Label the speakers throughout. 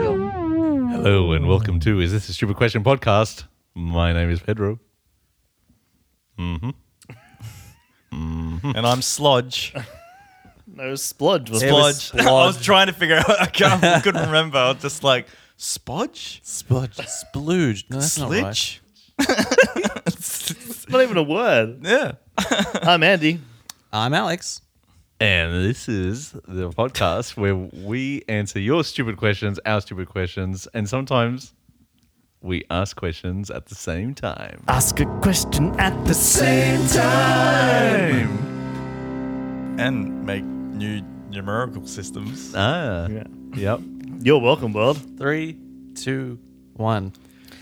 Speaker 1: Hello and welcome to Is This a Stupid Question podcast? My name is Pedro.
Speaker 2: and I'm Slodge.
Speaker 3: No splodge was
Speaker 2: It was Splodge. I was trying to figure out. I, can't, I couldn't remember. I was just like, Spodge?
Speaker 4: Spludge. Splooge. No, that's not right.
Speaker 2: Slidge?
Speaker 3: It's not even a word.
Speaker 2: Yeah.
Speaker 3: I'm Andy.
Speaker 4: I'm Alex.
Speaker 1: And this is the podcast where we answer your stupid questions, our stupid questions, and sometimes we ask questions at the same time.
Speaker 3: Ask a question at the same time.
Speaker 2: And make new numerical systems.
Speaker 1: Ah,
Speaker 3: Yeah.
Speaker 1: yep.
Speaker 3: You're welcome, world.
Speaker 4: Three, two, one.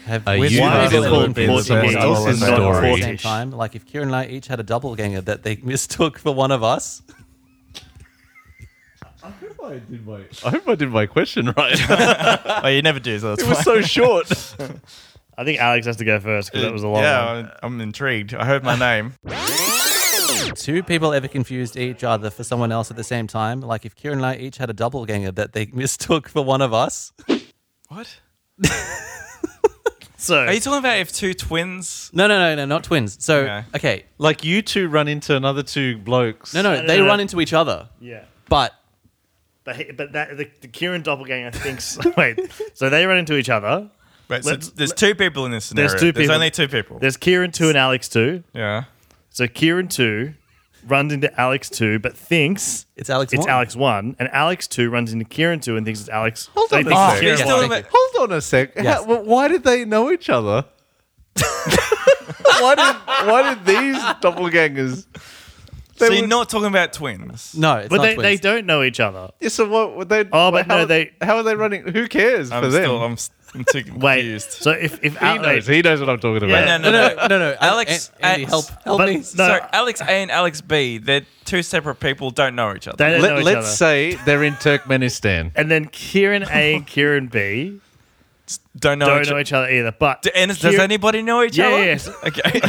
Speaker 4: Have
Speaker 1: A
Speaker 4: we
Speaker 1: universal
Speaker 4: all
Speaker 1: been
Speaker 4: been
Speaker 1: someone
Speaker 4: someone
Speaker 1: else's
Speaker 4: else's
Speaker 1: story.
Speaker 4: at the same time? Like if Kieran and I each had a doppelganger that they mistook for one of us.
Speaker 1: I hope I did my question right.
Speaker 2: oh, you never do, so that's
Speaker 1: it was so short.
Speaker 3: I think Alex has to go first because that was a long
Speaker 2: Yeah,
Speaker 3: one.
Speaker 2: I'm, I'm intrigued. I heard my name.
Speaker 4: Two people ever confused each other for someone else at the same time. Like if Kieran and I each had a doppelganger that they mistook for one of us.
Speaker 2: what?
Speaker 3: So,
Speaker 2: Are you talking about if two twins?
Speaker 4: No, no, no, no, not twins. So
Speaker 2: Okay.
Speaker 4: okay.
Speaker 1: like you two run into another two blokes.
Speaker 4: No, no,
Speaker 3: no,
Speaker 4: they
Speaker 3: no.
Speaker 4: run into each other.
Speaker 3: yeah.
Speaker 4: But
Speaker 3: But, he- but that, the, the Kieran doppelganger thinks. wait. So they run into each other.
Speaker 2: Wait, so
Speaker 3: Let's-
Speaker 2: there's two people in this scenario.
Speaker 3: There's
Speaker 2: There's,
Speaker 3: two people.
Speaker 2: only two people.
Speaker 3: There's Kieran 2 and Alex 2.
Speaker 2: yeah.
Speaker 3: So Kieran 2 runs into Alex 2, but thinks
Speaker 4: it's Alex
Speaker 3: it's
Speaker 4: Morton.
Speaker 3: Alex 1. And Alex 2 runs into Kieran 2 and thinks it's Alex.
Speaker 1: Hold
Speaker 3: they
Speaker 1: on a
Speaker 3: think it's
Speaker 1: second.
Speaker 2: You're
Speaker 3: Kieran
Speaker 2: still
Speaker 3: one.
Speaker 2: in the-
Speaker 1: Hold on a sec.
Speaker 4: Yes.
Speaker 1: How, wh- why did they know each other? why did why did these doppelgangers? They
Speaker 2: so you're
Speaker 1: were-
Speaker 2: not talking about twins.
Speaker 4: No, it's
Speaker 3: But
Speaker 4: not
Speaker 3: they,
Speaker 4: twins.
Speaker 3: they don't know each other.
Speaker 1: Yeah, so what? Would they?
Speaker 3: Oh, but
Speaker 1: how,
Speaker 3: no, they-
Speaker 1: How are they running? Who cares
Speaker 2: I'm
Speaker 1: for them?
Speaker 2: still. I'm, s- I'm too
Speaker 3: Wait.
Speaker 2: confused.
Speaker 3: So if, if
Speaker 1: he
Speaker 3: Al- wait,
Speaker 1: knows. He knows what I'm talking about.
Speaker 3: Yeah.
Speaker 2: no, no, no.
Speaker 4: no, no, no, no.
Speaker 2: Alex-
Speaker 4: An- Andy, help,
Speaker 2: Alex-
Speaker 4: help
Speaker 3: But-
Speaker 4: me.
Speaker 3: no.
Speaker 2: So Alex A and Alex B, they're two separate people, don't know each other.
Speaker 3: They don't know
Speaker 1: Let,
Speaker 3: each
Speaker 1: let's
Speaker 3: other.
Speaker 1: say they're in Turkmenistan.
Speaker 3: and then Kieran A and Kieran B
Speaker 2: don't know
Speaker 3: don't
Speaker 2: each
Speaker 3: know each other either. But
Speaker 2: D- And is- does
Speaker 3: Kieran-
Speaker 2: anybody know each
Speaker 3: Yeah,
Speaker 2: other?
Speaker 3: yes.
Speaker 2: Okay.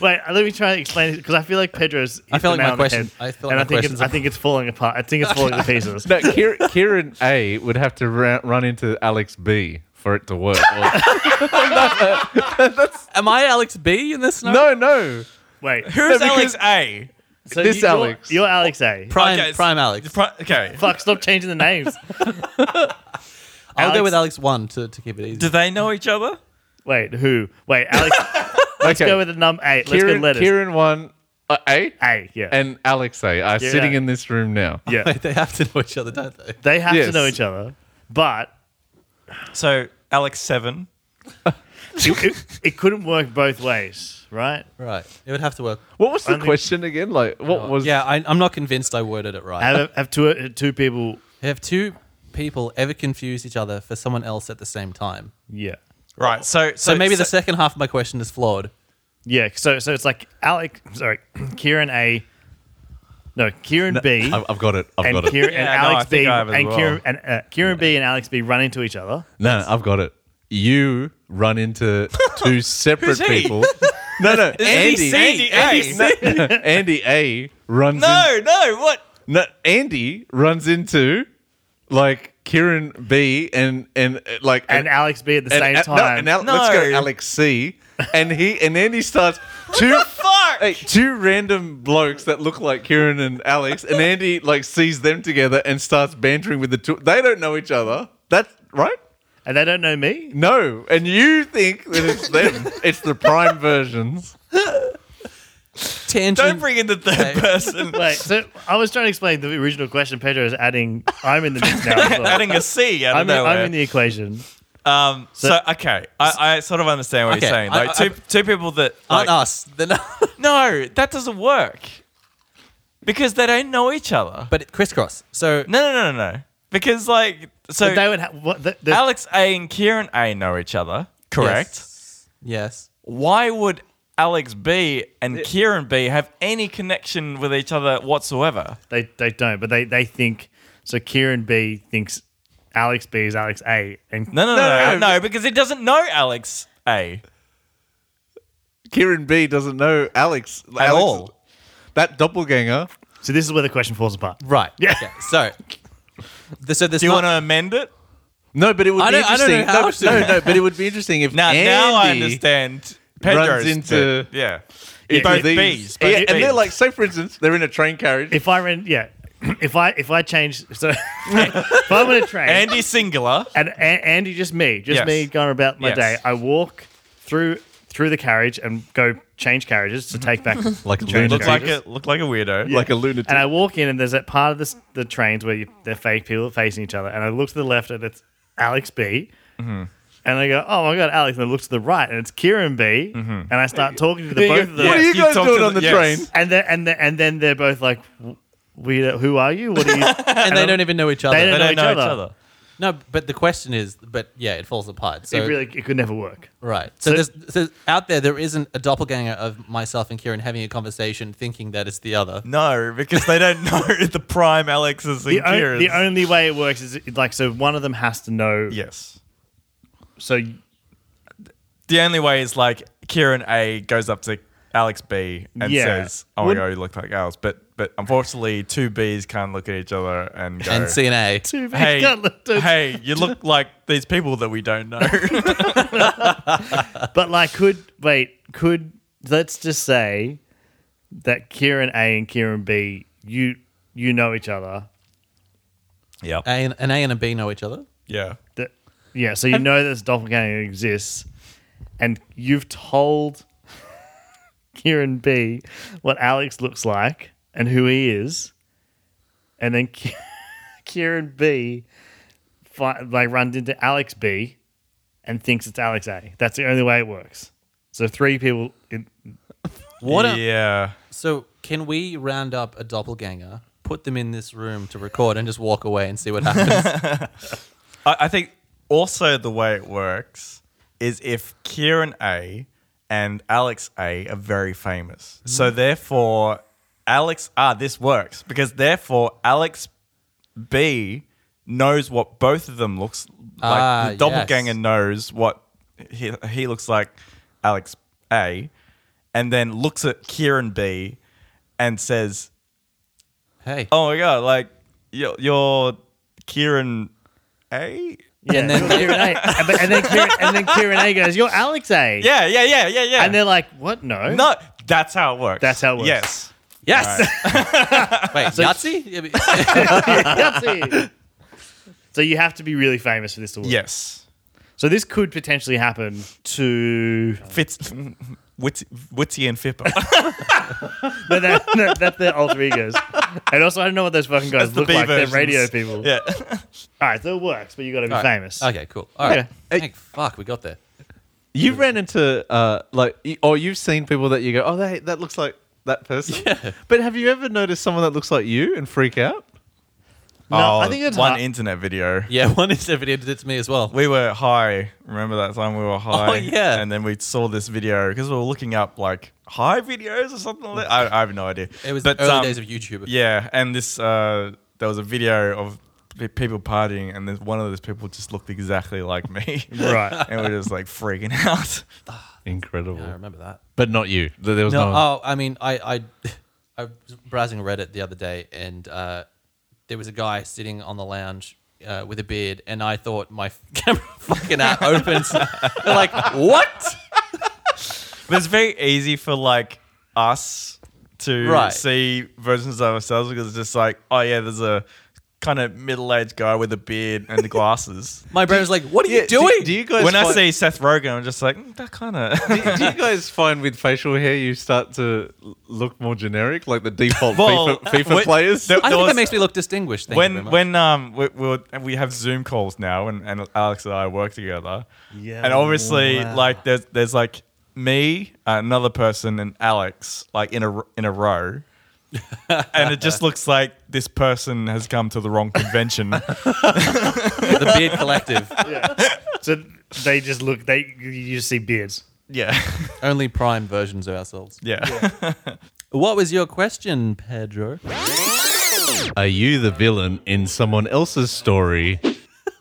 Speaker 3: Wait, let me try and explain it because I feel like Pedro's. hit
Speaker 4: I feel
Speaker 3: the
Speaker 4: like my
Speaker 3: nail on the
Speaker 4: question-
Speaker 3: head,
Speaker 4: I feel
Speaker 3: and
Speaker 4: like my
Speaker 3: I think it's,
Speaker 4: questions
Speaker 3: I
Speaker 4: are-
Speaker 3: think it's falling apart. I think it's falling to pieces.
Speaker 1: No, Kier, Kieran A would have to ra- run into Alex B for it to work. Or-
Speaker 4: Am I Alex B in this?
Speaker 1: no, no,
Speaker 3: Wait,
Speaker 2: Who's
Speaker 1: No,
Speaker 2: Alex
Speaker 1: because-
Speaker 2: A?
Speaker 3: so
Speaker 1: this
Speaker 3: you're,
Speaker 1: Alex.
Speaker 3: You're Alex A.
Speaker 4: prime,
Speaker 2: Okay, s-
Speaker 4: prime Alex.
Speaker 2: Pri- okay.
Speaker 3: Fuck! Stop changing the names.
Speaker 4: I'll
Speaker 3: Alex-
Speaker 4: go with Alex one to, to keep it easy.
Speaker 2: Do they know each other?
Speaker 3: Wait, who? Wait, Alex. Let's
Speaker 1: Okay.
Speaker 3: go with the number eight. Let's
Speaker 1: Kieran,
Speaker 3: go letters.
Speaker 1: Kieran one, uh, A,
Speaker 3: A. Yeah.
Speaker 1: and Alex A are
Speaker 3: Yeah.
Speaker 1: sitting in this room now.
Speaker 3: yeah.
Speaker 4: they have to know each other, don't they?
Speaker 3: They have to
Speaker 1: Yes.
Speaker 3: know each other, but
Speaker 2: So Alex Seven.
Speaker 3: it, it, it couldn't work both ways, right?
Speaker 4: Right. It would have to work.
Speaker 1: What was the
Speaker 3: Only-
Speaker 1: question again? Like, what was?
Speaker 4: Yeah, I, I'm not convinced I worded it right.
Speaker 3: Have have two uh, two people.
Speaker 4: Have two people ever confused each other for someone else at the same time?
Speaker 3: Yeah.
Speaker 2: Right. So
Speaker 4: So, maybe the
Speaker 2: so,
Speaker 4: second half of my question is flawed.
Speaker 3: Yeah, so so it's like Alec, sorry, Kieran A, no Kieran B,
Speaker 1: I've, I've got it. I've
Speaker 3: and
Speaker 1: got it.
Speaker 3: Kieran and
Speaker 2: Yeah, no, I
Speaker 3: Alex B,
Speaker 2: think I have as
Speaker 3: and
Speaker 2: well.
Speaker 3: Kieran and uh, Kieran B and Alex B run into each other.
Speaker 1: No, no, I've got it. You run into two separate
Speaker 2: Who's he?
Speaker 1: people. No, no, Andy.
Speaker 2: C. Andy A.
Speaker 1: No, Andy A runs.
Speaker 2: No, no. What?
Speaker 1: in- no, Andy runs into like Kieran B and and uh, like
Speaker 3: And Alex B at the same
Speaker 1: uh, no,
Speaker 3: time.
Speaker 1: and Al- Let's go,
Speaker 2: No.
Speaker 1: Alex C. And he and Andy starts two
Speaker 2: Fuck.
Speaker 1: hey, two random blokes that look like Kieran and Alex, and Andy like sees them together and starts bantering with the two. They don't know each other. That's right.
Speaker 3: and they don't know me.
Speaker 1: No, and you think that it's them? it's the prime versions.
Speaker 4: Tangent.
Speaker 2: Don't bring in the third
Speaker 4: Okay.
Speaker 2: person.
Speaker 3: Wait, so I was trying to explain the original question. Pedro is adding, I'm in the mix now. as well.
Speaker 2: Adding a C out of
Speaker 3: I'm, in,
Speaker 2: nowhere.
Speaker 3: I'm in the equation.
Speaker 2: um, so, okay, I, I sort of understand what
Speaker 4: Okay,
Speaker 2: you're saying.
Speaker 4: I-
Speaker 2: Like
Speaker 4: I-
Speaker 2: two two people that
Speaker 4: Aren't
Speaker 2: like,
Speaker 4: us. They're not-
Speaker 2: no, that doesn't work because they don't know each other.
Speaker 4: but crisscross. So
Speaker 2: No, no, no, no, no. Because like, so
Speaker 3: But they would ha- what, the, the,
Speaker 2: Alex A and Kieran A know each other, correct?
Speaker 4: Yes. yes.
Speaker 2: Why would Alex B and Kieran B have any connection with each other whatsoever?
Speaker 3: they they don't, but they they think so. Kieran B thinks Alex B is Alex A, and
Speaker 2: No, no, no, no, no, because he doesn't know Alex A.
Speaker 1: Kieran B doesn't know Alex at
Speaker 4: all.
Speaker 1: That doppelganger.
Speaker 3: so this is where the question falls apart.
Speaker 4: Right.
Speaker 3: Yeah.
Speaker 4: Okay. So The- So there's
Speaker 2: Do you
Speaker 4: not-
Speaker 2: want to amend it?
Speaker 1: No, but it would
Speaker 4: I
Speaker 1: be
Speaker 4: don't- I don't know
Speaker 1: interesting.
Speaker 4: how
Speaker 1: No,
Speaker 4: to.
Speaker 1: no, no, but it would be interesting if
Speaker 2: Now,
Speaker 1: Andy,
Speaker 2: now I understand. Pedro's
Speaker 1: into-
Speaker 2: bit. yeah,
Speaker 1: if
Speaker 2: both
Speaker 1: these-
Speaker 2: B's,
Speaker 1: Yeah,
Speaker 2: both
Speaker 1: and they're
Speaker 2: Bs.
Speaker 1: like, say for instance, they're in a train carriage.
Speaker 3: If I rent, yeah. If I if I change, so if I'm on a train
Speaker 2: Andy singular.
Speaker 3: and, and Andy just me, just
Speaker 2: Yes.
Speaker 3: me going about my
Speaker 2: Yes.
Speaker 3: day. I walk through through the carriage and go change carriages to take back
Speaker 4: Like a
Speaker 3: change
Speaker 4: lunatic.
Speaker 2: Look like
Speaker 3: carriages.
Speaker 2: a look like a weirdo.
Speaker 1: like a lunatic.
Speaker 3: And I walk in, and there's that part of this, the trains where you, they're fake people facing each other. And I look to the left, and it's Alex B. And I go, oh my God, Alex. And I look to the right, and it's Kieran B. And I start talking to the both of them.
Speaker 1: What are you
Speaker 2: Yes, you
Speaker 1: guys
Speaker 2: talk
Speaker 1: doing
Speaker 2: to
Speaker 1: on the
Speaker 2: the-
Speaker 1: train?
Speaker 2: yes.
Speaker 3: And, then and, then and then they're both like, we, who are you? What are you?
Speaker 4: and they don't even know each other.
Speaker 3: They
Speaker 2: They
Speaker 3: know
Speaker 2: don't know
Speaker 3: each
Speaker 2: each
Speaker 3: other.
Speaker 2: other.
Speaker 4: no, but the question is, but yeah, it falls apart. So
Speaker 3: it really it could never work.
Speaker 4: right.
Speaker 3: so-
Speaker 4: So, there's, so out there, there isn't a doppelganger of myself and Kieran having a conversation, thinking that it's the other.
Speaker 2: No, because they don't know the prime Alex's and
Speaker 3: The, on-
Speaker 2: Kieran's.
Speaker 3: the only way it works is it- like, so one of them has to know.
Speaker 2: yes.
Speaker 3: So y-
Speaker 2: The only way is like Kieran A goes up to Alex B and
Speaker 3: Yeah.
Speaker 2: says, "Oh my
Speaker 3: Would-
Speaker 2: god, you look like Alex." But but unfortunately, two Bs can't look at each other and go,
Speaker 4: And C and A.
Speaker 3: two people
Speaker 2: "Hey,
Speaker 3: can't lift it.
Speaker 2: hey, you look like these people that we don't know."
Speaker 3: But like, could wait? Could let's just say that Kieran A and Kieran B, you you know each other.
Speaker 2: yeah,
Speaker 4: A and, an A and a B know each other.
Speaker 2: yeah.
Speaker 3: That yeah, so you know this doppelganger exists, and you've told Kieran B what Alex looks like and who he is, and then Ki- Kieran B fi- like runs into Alex B and thinks it's Alex A. That's the only way it works. So three people. In,
Speaker 4: What? a-
Speaker 2: yeah.
Speaker 4: so can we round up a doppelganger, put them in this room to record, and just walk away and see what happens?
Speaker 2: I, I think also the way it works is if Kieran A and Alex A are very famous. So
Speaker 4: Mm.
Speaker 2: therefore, Alex ah this works because therefore Alex B knows what both of them looks like.
Speaker 4: Ah,
Speaker 2: the doppelganger
Speaker 4: yes.
Speaker 2: knows what he, he looks like Alex A, and then looks at Kieran B and says,
Speaker 4: hey.
Speaker 2: "Oh my god, like you're, you're Kieran A."
Speaker 3: Yeah, and then Kieran A, and, but- and then Kieran, and then Kieran A goes, "You're Alex A."
Speaker 2: Yeah, yeah, yeah, yeah, yeah.
Speaker 3: and they're like, "What? No,
Speaker 2: no, that's how it works.
Speaker 3: That's how it works.
Speaker 2: Yes.
Speaker 4: Yes. Wait, Yahtzee? Yeah, but-
Speaker 3: That's it. So you have to be really famous for this to work.
Speaker 2: Yes.
Speaker 3: So this could potentially happen to,
Speaker 2: Fitz, Witty, Witty and Fipper.
Speaker 3: but that, that, that's their alter egos. And also, I don't know what those fucking
Speaker 2: That's
Speaker 3: guys
Speaker 2: the
Speaker 3: look
Speaker 2: B
Speaker 3: like.
Speaker 2: versions.
Speaker 3: They're radio people.
Speaker 2: yeah.
Speaker 3: All right, so it works, but you got to be famous.
Speaker 4: okay, cool. All right.
Speaker 3: Yeah.
Speaker 4: Thank fuck, we got there.
Speaker 1: You ran into uh, like, y- or you've seen people that you go, oh, that that looks like that person. Yeah. But have you ever noticed someone that looks like you and freak out?
Speaker 3: No,
Speaker 2: oh,
Speaker 3: I think it's
Speaker 2: one
Speaker 3: hard-
Speaker 2: internet video.
Speaker 4: Yeah, one is video did to me as well.
Speaker 2: We were high. Remember that time we were high?
Speaker 4: Oh, yeah.
Speaker 2: And then we saw this video because we were looking up like high videos or something like that. I, I have no idea.
Speaker 4: Mm. It was
Speaker 2: But,
Speaker 4: the early
Speaker 2: um,
Speaker 4: days of YouTube.
Speaker 2: Yeah, and this uh, there was a video of pe- people partying, and this, one of those people just looked exactly like me.
Speaker 3: Right.
Speaker 2: and we're just like freaking out.
Speaker 1: Incredible.
Speaker 4: I remember that.
Speaker 1: But not you. Th- There was
Speaker 4: No,
Speaker 1: no.
Speaker 4: oh, I mean, I, I, I was browsing Reddit the other day, and uh, there was a guy sitting on the lounge uh, with a beard, and I thought my camera fucking app opens. like, what?
Speaker 2: But it's very easy for like us to
Speaker 4: Right.
Speaker 2: see versions of ourselves because it's just like, oh yeah, there's a kind of middle-aged guy with a beard and the glasses.
Speaker 4: My brain was like, what are
Speaker 1: Yeah,
Speaker 4: you doing?
Speaker 1: Do, do you guys?
Speaker 2: when I
Speaker 1: find-
Speaker 2: see Seth Rogen, I'm just like, mm, that kind of.
Speaker 1: do you guys find with facial hair you start to l- look more generic, like the default
Speaker 2: Well,
Speaker 1: FIFA, FIFA
Speaker 2: when-
Speaker 1: players?
Speaker 2: the-
Speaker 4: I
Speaker 2: there
Speaker 4: think
Speaker 2: was-
Speaker 4: it makes me look distinguished. Thank you
Speaker 2: when
Speaker 4: very much.
Speaker 2: when um we we'll, we have Zoom calls now, and, and Alex and I work together.
Speaker 3: Yeah,
Speaker 2: And obviously,
Speaker 3: wow.
Speaker 2: like there's there's like me, uh, another person, and Alex like in a r- in a row. and it just looks like this person has come to the wrong convention.
Speaker 4: the beard collective,
Speaker 3: So they just look. They you just see beards.
Speaker 2: yeah.
Speaker 4: only prime versions of ourselves.
Speaker 2: Yeah.
Speaker 4: What was your question, Pedro?
Speaker 1: Are you the villain in someone else's story?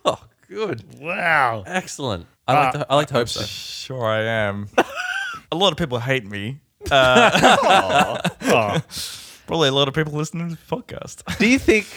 Speaker 4: Oh, good,
Speaker 3: Wow.
Speaker 4: excellent. I like to, I like to hope
Speaker 2: Ah,
Speaker 4: so.
Speaker 2: Sure, I am. a lot of people hate me. Uh,
Speaker 3: Oh.
Speaker 2: Probably a lot of people listening to the podcast.
Speaker 1: Do you think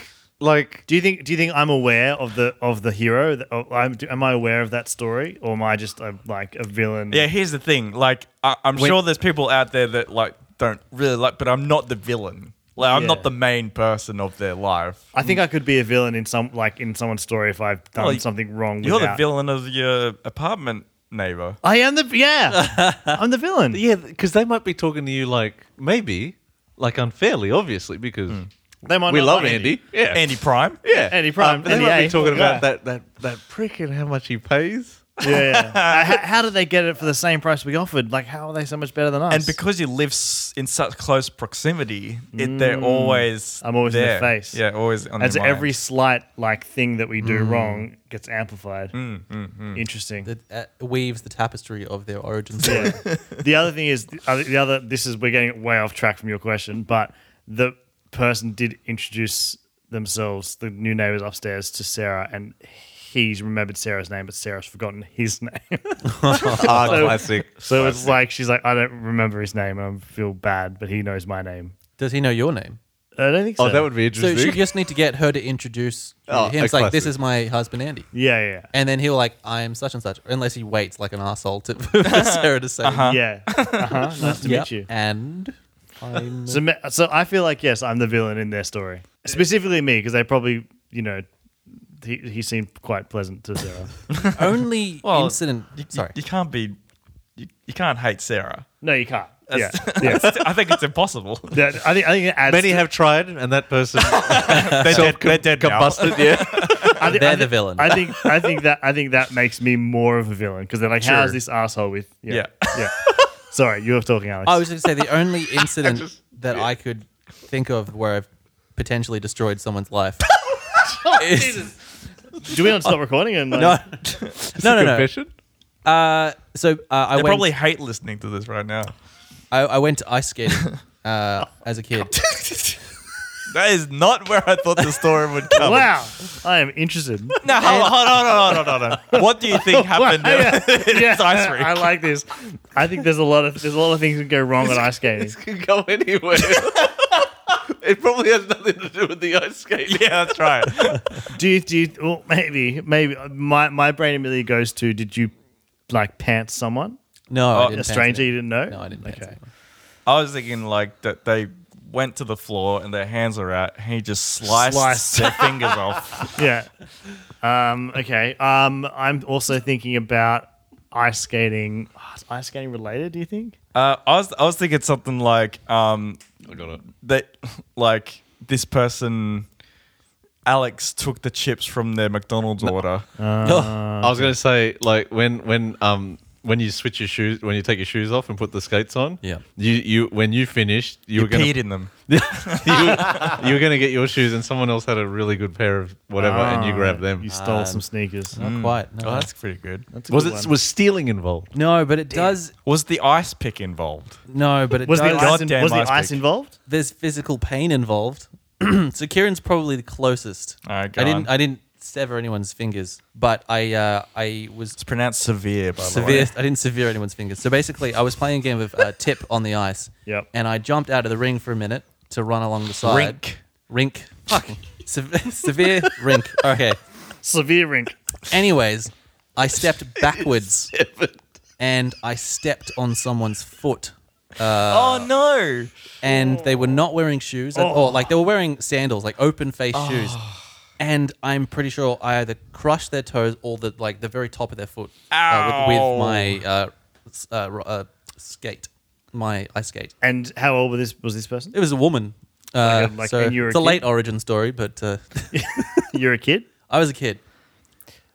Speaker 1: like
Speaker 3: Do you think? Do you think I'm aware of the of the hero? The- of- I'm, do- am I aware of that story, or am I just a, like a villain?
Speaker 2: Yeah, here's the thing. Like, I, I'm
Speaker 1: When-
Speaker 2: sure there's people out there that like don't really like, but I'm not the villain. Like, I'm
Speaker 3: Yeah.
Speaker 2: not the main person of their life.
Speaker 3: I think I could be a villain in some like in someone's story if I've done
Speaker 2: Well, y-
Speaker 3: something wrong.
Speaker 2: You're the
Speaker 3: without-
Speaker 2: villain of your apartment neighbor.
Speaker 3: I am the yeah. I'm the villain.
Speaker 1: yeah, because they might be talking to you like maybe like unfairly, obviously, because
Speaker 3: They might
Speaker 1: we
Speaker 3: not
Speaker 1: love
Speaker 3: like
Speaker 1: Andy. Yeah,
Speaker 2: Andy Prime.
Speaker 1: Yeah,
Speaker 3: Andy Prime,
Speaker 1: Uh, but they
Speaker 3: Andy
Speaker 1: might
Speaker 3: A.
Speaker 1: be talking
Speaker 3: Yeah.
Speaker 1: about that that that prick and how much he pays.
Speaker 3: Yeah. yeah. Uh, how, how did they get it for the same price we offered? Like, how are they so much better than us?
Speaker 2: And because you live s- in such close proximity, it, they're Mm. always
Speaker 3: I'm always in
Speaker 2: there.
Speaker 3: their face.
Speaker 2: Yeah, always on
Speaker 3: as
Speaker 2: your mind.
Speaker 3: every slight like thing that we do wrong gets amplified.
Speaker 1: Mm,
Speaker 3: Interesting.
Speaker 4: that uh, weaves the tapestry of their origin story.
Speaker 3: Yeah. the other thing is the other- the other. This is we're getting way off track from your question, but the person did introduce themselves, the new neighbors upstairs, to Sarah, and he's remembered Sarah's name, but Sarah's forgotten his name.
Speaker 1: Ah, classic.
Speaker 3: so it's like she's like, I don't remember his name, and I feel bad, but he knows my name.
Speaker 4: Does he know your name?
Speaker 3: I don't think so.
Speaker 1: Oh, that would be
Speaker 4: So you
Speaker 1: interesting.
Speaker 4: just need to get her to introduce
Speaker 1: Oh,
Speaker 4: him. It's
Speaker 1: a
Speaker 4: like, this
Speaker 1: classic.
Speaker 4: is my husband, Andy.
Speaker 3: yeah, yeah,
Speaker 4: And then he'll like, I'm such and such. Unless he waits like an asshole to, for Sarah to say, uh
Speaker 3: yeah. Uh-huh. Nice to meet you.
Speaker 4: And I'm
Speaker 3: So, me- so I feel like yes, I'm the villain in their story, specifically me, because they probably, you know, he, he seemed quite pleasant to Sarah.
Speaker 4: only
Speaker 2: Well,
Speaker 4: incident.
Speaker 2: You, you-
Speaker 4: sorry.
Speaker 2: you can't be. You, you can't hate Sarah.
Speaker 3: no, you can't. Yeah,
Speaker 2: That's-
Speaker 3: yeah.
Speaker 2: I think it's impossible.
Speaker 3: That, I think I think it adds.
Speaker 1: Many
Speaker 3: to-
Speaker 1: have tried, and that person
Speaker 2: they're, dead, they're dead
Speaker 1: got
Speaker 2: now.
Speaker 1: busted. Yeah,
Speaker 3: I thi-
Speaker 4: They're
Speaker 3: I
Speaker 4: the
Speaker 3: thi-
Speaker 4: villain.
Speaker 3: I think I think that I think that makes me more of a villain because they're like,
Speaker 4: Sure.
Speaker 3: how's this asshole with?
Speaker 2: Yeah.
Speaker 3: yeah. Sorry, you were talking, Alex.
Speaker 4: I was going to say the only incident that I could think of where I've potentially destroyed someone's life.
Speaker 2: Oh,
Speaker 4: is-
Speaker 3: Do we not stop recording? And like,
Speaker 4: no, no, no,
Speaker 1: Confession?
Speaker 4: no. Uh, so uh, I
Speaker 2: They
Speaker 4: went.
Speaker 2: probably hate listening to this right now.
Speaker 4: I, I went to ice skating uh, as a kid.
Speaker 2: Oh, That is not where I thought the story would come.
Speaker 3: wow, I am interested.
Speaker 2: No, hold on, hold on, hold on, hold on. What do you think happened?
Speaker 3: Wow, yeah.
Speaker 2: in
Speaker 3: Yeah,
Speaker 2: this ice rink?
Speaker 3: I like this. I think there's a lot of there's a lot of things that go wrong at ice skating.
Speaker 1: could go anywhere. it probably has nothing to do with the ice skating.
Speaker 2: yeah, that's right.
Speaker 3: Do you, do you, well, maybe, maybe uh, my, my brain immediately goes to, did you like pants someone?
Speaker 4: No, I
Speaker 2: Oh,
Speaker 4: didn't
Speaker 3: A
Speaker 4: fancy
Speaker 3: stranger
Speaker 4: it.
Speaker 3: you didn't know?
Speaker 4: No, I didn't. fancy it.
Speaker 2: I was thinking like that they went to the floor and their hands are out, and he just sliced,
Speaker 3: Sliced.
Speaker 2: their fingers off.
Speaker 3: Yeah. Um, okay. Um, I'm also thinking about ice skating. Oh, is ice skating related, do you think?
Speaker 2: Uh, I was I was thinking something like um,
Speaker 1: I got it.
Speaker 2: that, like this person, Alex took the chips from their McDonald's order.
Speaker 3: Oh,
Speaker 1: I was gonna say like when when um when you switch your shoes when you take your shoes off and put the skates on.
Speaker 4: Yeah.
Speaker 1: You you when you finished you,
Speaker 2: you
Speaker 1: were gonna
Speaker 2: peed in them.
Speaker 1: you, you were gonna get your shoes and someone else had a really good pair of whatever and Ah, you grabbed them.
Speaker 3: Ah, You stole
Speaker 4: Um,
Speaker 3: some sneakers.
Speaker 4: Not quite. No,
Speaker 2: Oh, that's pretty good.
Speaker 3: That's a
Speaker 1: was
Speaker 3: good
Speaker 1: it
Speaker 3: one.
Speaker 1: was stealing involved?
Speaker 4: no but it does.
Speaker 2: Was the ice pick involved?
Speaker 4: No, but it
Speaker 3: was the
Speaker 4: does.
Speaker 3: ice, in,
Speaker 2: Goddamn
Speaker 3: was the
Speaker 2: ice
Speaker 3: ice
Speaker 2: pick.
Speaker 3: involved?
Speaker 4: There's physical pain involved. so Kieran's probably the closest.
Speaker 2: All right, go
Speaker 4: I didn't.
Speaker 2: on.
Speaker 4: I didn't sever anyone's fingers, but I. Uh, I was
Speaker 2: It's pronounced severe, by the
Speaker 4: severe.
Speaker 2: way.
Speaker 4: I didn't severe anyone's fingers. So basically, I was playing a game of uh, tip on the ice.
Speaker 3: Yep.
Speaker 4: And I jumped out of the ring for a minute to run along the side.
Speaker 2: Rink.
Speaker 4: Rink. Fuck. Sev- severe rink. Okay.
Speaker 3: Severe rink.
Speaker 4: Anyways, I stepped backwards and I stepped on someone's foot.
Speaker 2: Oh no!
Speaker 4: And they were not wearing shoes at
Speaker 3: Oh.
Speaker 4: all. Like they were wearing sandals, like open face
Speaker 3: Ah.
Speaker 4: shoes. And I'm pretty sure I either crushed their toes or the like the very top of their foot uh, with, with
Speaker 2: Ow.
Speaker 4: my uh, s- uh, ro- uh, skate, my ice skate.
Speaker 3: And how old was this, was this person?
Speaker 4: It was a woman. Uh,
Speaker 3: Like a- like
Speaker 4: so
Speaker 3: when you were
Speaker 4: it's
Speaker 3: a
Speaker 4: a
Speaker 3: kid?
Speaker 4: late origin story, but uh,
Speaker 3: You're a kid?
Speaker 4: I was a kid.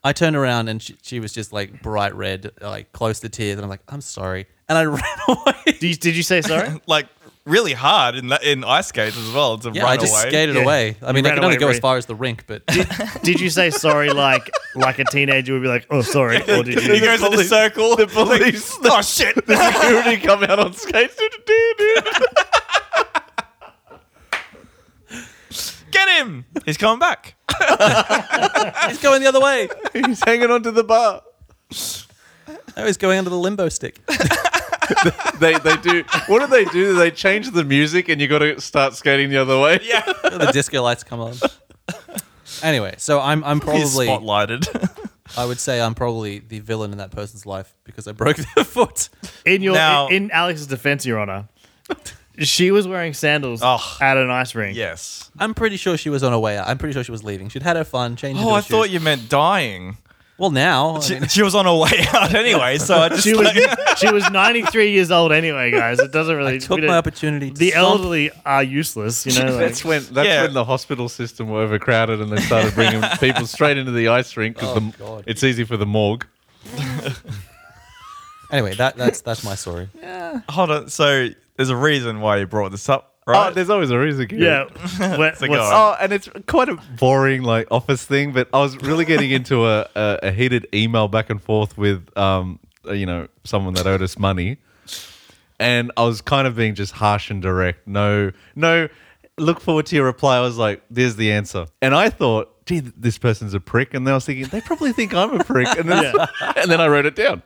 Speaker 4: I turned around and she, she was just like bright red, like close to tears, and I'm like, I'm sorry, and I ran away.
Speaker 3: Did you, did you say sorry?
Speaker 2: Like really hard in that, in ice skates as well to
Speaker 4: Yeah,
Speaker 2: run
Speaker 4: I just
Speaker 2: away.
Speaker 4: skated
Speaker 3: Yeah.
Speaker 4: away. I
Speaker 3: You
Speaker 4: mean, I
Speaker 3: ran
Speaker 4: can only
Speaker 3: away
Speaker 4: go as
Speaker 3: very-
Speaker 4: far as the rink, but
Speaker 3: did you say sorry like like a teenager would be like, oh, sorry? Or did you
Speaker 2: He goes in a circle. The police. oh shit!
Speaker 1: Security come out on skates.
Speaker 2: Get him! He's coming back.
Speaker 4: he's going the other way.
Speaker 1: He's hanging onto the bar.
Speaker 4: I was Oh, going under the limbo stick.
Speaker 1: They they do. What do they do? They change the music and you got to start skating the other way.
Speaker 2: Yeah.
Speaker 4: the disco lights come on. Anyway, so I'm I'm
Speaker 2: He's
Speaker 4: probably
Speaker 2: spotlighted.
Speaker 4: I would say I'm probably the villain in that person's life because I broke their foot.
Speaker 3: In your
Speaker 2: Now-
Speaker 3: in, in Alex's defense, Your Honor, she was wearing sandals
Speaker 2: Oh.
Speaker 3: at an ice rink.
Speaker 2: yes.
Speaker 4: I'm pretty sure she was on her way out. I'm pretty sure she was leaving. She'd had her fun, changed.
Speaker 2: Oh, I thought you meant dying.
Speaker 4: Well, now I
Speaker 2: She,
Speaker 4: mean,
Speaker 2: she was on her way out anyway, so I just
Speaker 3: She was
Speaker 2: like-
Speaker 3: she was 93 years old anyway, guys. It doesn't really
Speaker 4: I took
Speaker 3: we don't-
Speaker 4: my opportunity. To
Speaker 3: The
Speaker 4: stomp-
Speaker 3: elderly are useless, you know. Like,
Speaker 1: That's when that's
Speaker 2: Yeah.
Speaker 1: when the hospital system were overcrowded and they started bringing people straight into the ice rink because
Speaker 4: Oh, God.
Speaker 1: it's easy for the morgue.
Speaker 4: Anyway, that that's that's my story.
Speaker 2: Hold on. So there's a reason why you brought this up, right?
Speaker 1: Oh, there's always a reason. Kieran.
Speaker 3: yeah,
Speaker 2: a
Speaker 3: What- what's-
Speaker 2: guy.
Speaker 1: Oh, and it's quite a boring like office thing, but I was really getting into a, a, a heated email back and forth with um you know someone that owed us money, and I was kind of being just harsh and direct. No, no, look forward to your reply. I was like, there's the answer, and I thought, gee, this person's a prick, and then I was thinking they probably think I'm a prick, and then, and then I wrote it down.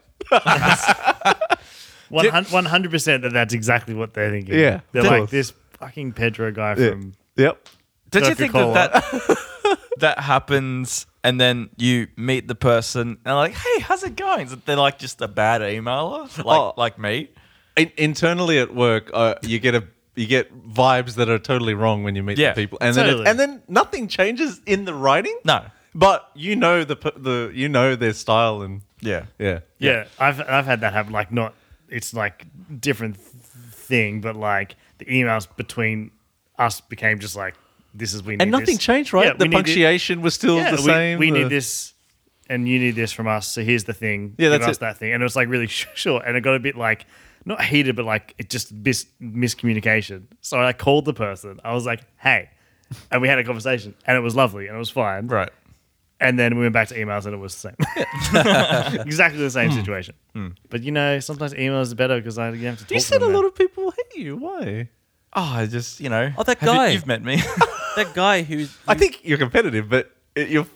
Speaker 3: One hundred percent that that's exactly what they're thinking.
Speaker 1: Yeah,
Speaker 3: they're
Speaker 1: of
Speaker 3: like
Speaker 1: course.
Speaker 3: this fucking Pedro guy
Speaker 1: Yeah.
Speaker 3: from.
Speaker 1: Yep.
Speaker 2: Did you
Speaker 3: Don't
Speaker 2: think
Speaker 3: recall
Speaker 2: that that, that happens and then you meet the person and like, hey, how's it going? They're like just a bad emailer, like
Speaker 1: Oh.
Speaker 2: like me.
Speaker 1: In- internally at work, uh, you get a you get vibes that are totally wrong when you meet
Speaker 2: Yeah,
Speaker 1: the people, and then
Speaker 3: totally.
Speaker 1: it, and then nothing changes in the writing.
Speaker 2: No.
Speaker 1: but you know the p- the you know their style and
Speaker 2: Yeah.
Speaker 1: yeah.
Speaker 3: Yeah, I've I've had that happen. Like not, it's like different th- thing, but like the emails between us became just like this is we need
Speaker 1: And nothing
Speaker 3: this.
Speaker 1: changed, right?
Speaker 3: Yeah,
Speaker 1: the
Speaker 3: we need it-
Speaker 1: punctuation was still
Speaker 3: yeah,
Speaker 1: the
Speaker 3: we,
Speaker 1: same. uh,
Speaker 3: We
Speaker 1: the-
Speaker 3: need this, and you need this from us. So here's the thing.
Speaker 1: Yeah,
Speaker 3: Give
Speaker 1: that's
Speaker 3: us
Speaker 1: it.
Speaker 3: that thing, and it was like really sh- short, and it got a bit like not heated, but like it just mis- miscommunication. So I called the person. I was like, hey, and we had a conversation, and it was lovely, and it was fine.
Speaker 2: Right.
Speaker 3: And then we went back to emails and it was the same. exactly the
Speaker 1: Hmm.
Speaker 3: same situation. But you know, sometimes emails are better because I you have to talk
Speaker 1: You
Speaker 3: to
Speaker 1: said a
Speaker 3: them
Speaker 1: lot
Speaker 3: now.
Speaker 1: of people hate you. Why?
Speaker 2: Oh, I just, you know.
Speaker 4: Oh, that
Speaker 2: have you-
Speaker 4: guy.
Speaker 2: you've met me.
Speaker 4: That guy who's
Speaker 1: I think you're competitive, but it, you're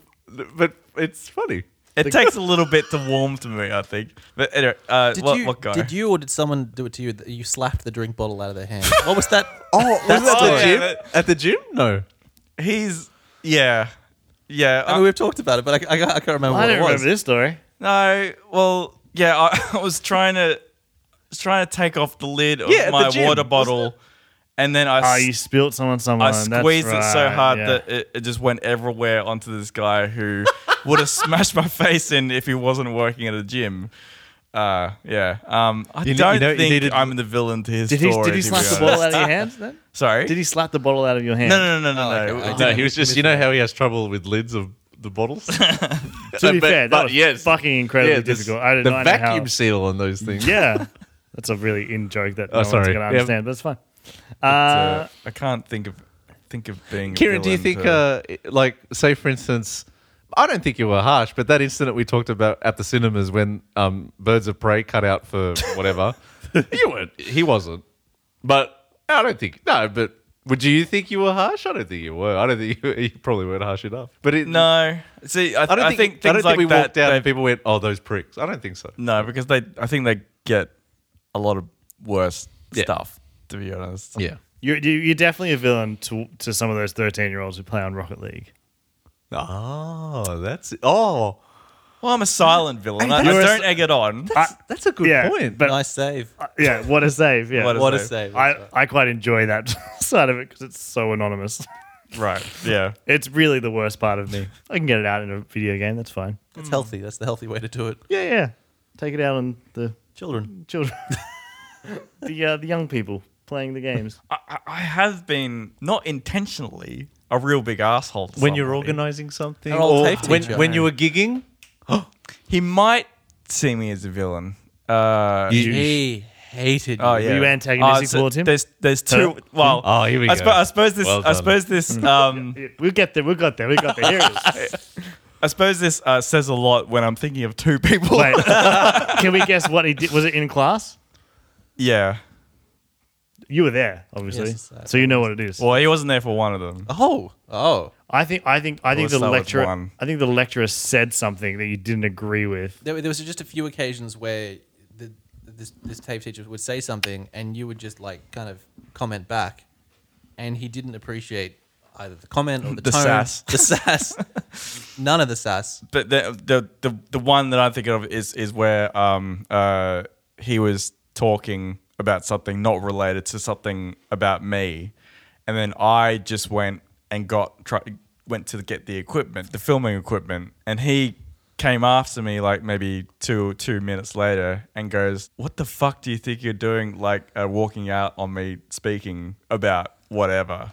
Speaker 1: but it's funny.
Speaker 2: it takes a little bit to warm to me, I think. But anyway, uh,
Speaker 4: did
Speaker 2: what,
Speaker 4: you
Speaker 2: what guy?
Speaker 4: did you or did someone do it to you? that You slapped the drink bottle out of their hand. What was that?
Speaker 1: Oh,
Speaker 4: That
Speaker 1: was at the
Speaker 2: story.
Speaker 1: gym?
Speaker 2: Yeah, that-
Speaker 1: At the gym? No.
Speaker 2: He's, yeah. Yeah.
Speaker 4: I mean, we've talked about it, but I, I, can't- I can't remember
Speaker 3: I
Speaker 4: what
Speaker 3: don't
Speaker 4: it was.
Speaker 3: remember this story.
Speaker 2: No, well, yeah, I, I was trying to was trying to take off the lid of
Speaker 1: Yeah, at the
Speaker 2: my
Speaker 1: gym,
Speaker 2: water
Speaker 1: wasn't
Speaker 2: bottle, and then I
Speaker 3: Oh,
Speaker 2: s-
Speaker 3: you spilt someone someone.
Speaker 2: I squeezed
Speaker 3: That's
Speaker 2: it so
Speaker 3: right,
Speaker 2: hard
Speaker 3: yeah.
Speaker 2: that it, it just went everywhere onto this guy who would have smashed my face in if he wasn't working at a gym. Uh, yeah. Um, I
Speaker 1: You kn-
Speaker 2: don't
Speaker 1: you know, you
Speaker 2: think
Speaker 1: needed-
Speaker 2: I'm the villain to his
Speaker 3: Did he,
Speaker 2: story.
Speaker 3: did he
Speaker 2: to be
Speaker 3: slap the
Speaker 2: honest.
Speaker 3: bottle out of your hand then?
Speaker 2: Sorry.
Speaker 3: Did he slap the bottle out of your hand?
Speaker 2: No, no, no, no,
Speaker 4: Oh,
Speaker 2: no.
Speaker 4: okay. I
Speaker 2: It-
Speaker 1: No,
Speaker 4: didn't
Speaker 1: he was just. You know how he has trouble with lids of the bottles.
Speaker 3: To be
Speaker 1: Uh, But-
Speaker 3: fair, that
Speaker 1: but
Speaker 3: was
Speaker 1: yes.
Speaker 3: fucking incredibly
Speaker 1: this-
Speaker 3: difficult. I did
Speaker 1: the
Speaker 3: not know
Speaker 1: vacuum
Speaker 3: how.
Speaker 1: seal on those things.
Speaker 3: Yeah, that's a really in joke that no
Speaker 1: Oh,
Speaker 3: one's
Speaker 1: sorry.
Speaker 3: going to
Speaker 1: Yeah.
Speaker 3: understand. But it's fine.
Speaker 2: uh,
Speaker 3: Uh,
Speaker 2: I can't think of think of being. a
Speaker 1: Kieran, do you
Speaker 2: villain
Speaker 1: think,
Speaker 2: to-
Speaker 1: uh, like, say for instance, I don't think you were harsh, but that incident we talked about at the cinemas when um, Birds of Prey cut out for whatever, you weren't. He wasn't. But I don't think no. But would you think you were harsh? I don't think you were. I don't think you, you probably weren't harsh enough. But it,
Speaker 2: No, see, I,
Speaker 1: I don't
Speaker 2: I
Speaker 1: think,
Speaker 2: think
Speaker 1: I
Speaker 2: things
Speaker 1: don't
Speaker 2: like
Speaker 1: think we
Speaker 2: that.
Speaker 1: walked out
Speaker 2: they-
Speaker 1: and people went, "Oh, those pricks." I don't think so.
Speaker 2: No, because they I think they get a lot of worse
Speaker 1: Yeah.
Speaker 2: stuff, to be honest.
Speaker 1: Yeah,
Speaker 3: you're, you- you're definitely a villain to, to some of those 13 year olds who play on Rocket League.
Speaker 1: Oh, that's oh,
Speaker 2: Well, I'm a silent villain. I, I
Speaker 3: You're a
Speaker 2: don't
Speaker 3: s-
Speaker 2: egg it on.
Speaker 1: that's, that's a good
Speaker 3: yeah,
Speaker 1: point.
Speaker 3: but-
Speaker 4: Nice save.
Speaker 3: Uh, Yeah, what a save. Yeah.
Speaker 2: What a
Speaker 4: What a
Speaker 2: save.
Speaker 4: save.
Speaker 3: I, I quite enjoy that side of it because it's so anonymous.
Speaker 2: right. Yeah.
Speaker 3: It's really the worst part of me. I can get it out in a video game. That's fine.
Speaker 4: That's healthy. That's the healthy way to do it.
Speaker 3: Yeah, yeah. Take it out on the
Speaker 4: Children.
Speaker 3: children, the uh, the young people playing the games.
Speaker 2: I, I- I have been not intentionally a real big asshole. To
Speaker 1: when you're
Speaker 2: somebody.
Speaker 1: organizing something,
Speaker 4: An old
Speaker 1: or
Speaker 4: tape
Speaker 1: when
Speaker 4: teacher.
Speaker 1: when you were gigging,
Speaker 2: he might see me as a villain. Uh,
Speaker 1: You-
Speaker 4: He hated you.
Speaker 2: Oh yeah,
Speaker 3: Were you antagonistic
Speaker 2: Uh, so
Speaker 3: towards him?
Speaker 2: There's, there's two.
Speaker 3: Huh?
Speaker 2: Well,
Speaker 1: Oh, here we
Speaker 2: I,
Speaker 1: go.
Speaker 2: suppo- I suppose this.
Speaker 1: Well
Speaker 2: I
Speaker 1: done.
Speaker 2: suppose this. Um,
Speaker 3: Yeah, We'll get there. We got there. We got there. Here it is.
Speaker 2: I suppose this uh, says a lot when I'm thinking of two people.
Speaker 3: Wait, can we guess what he did? Was it in class?
Speaker 2: yeah.
Speaker 3: You were there, obviously,
Speaker 4: Yes, I
Speaker 3: so you know what it is.
Speaker 2: Well, he wasn't there for one of them.
Speaker 4: Oh. Oh.
Speaker 3: I think, I think, I think
Speaker 2: Well,
Speaker 3: the
Speaker 2: so was
Speaker 3: lecturer,
Speaker 2: one.
Speaker 3: I think the lecturer said something that you didn't agree with.
Speaker 4: There, there was just a few occasions where the, this, this tape teacher would say something and you would just like kind of comment back, and he didn't appreciate either the comment or the,
Speaker 2: The
Speaker 4: tone,
Speaker 2: sass.
Speaker 4: the sass, none of the sass.
Speaker 2: But the, the the the one that I'm thinking of is is where um uh he was talking about something not related to something about me, and then I just went and got try, went to get the equipment, the filming equipment, and he came after me like maybe two two minutes later and goes, "What the fuck do you think you're doing? Like uh, walking out on me speaking about whatever."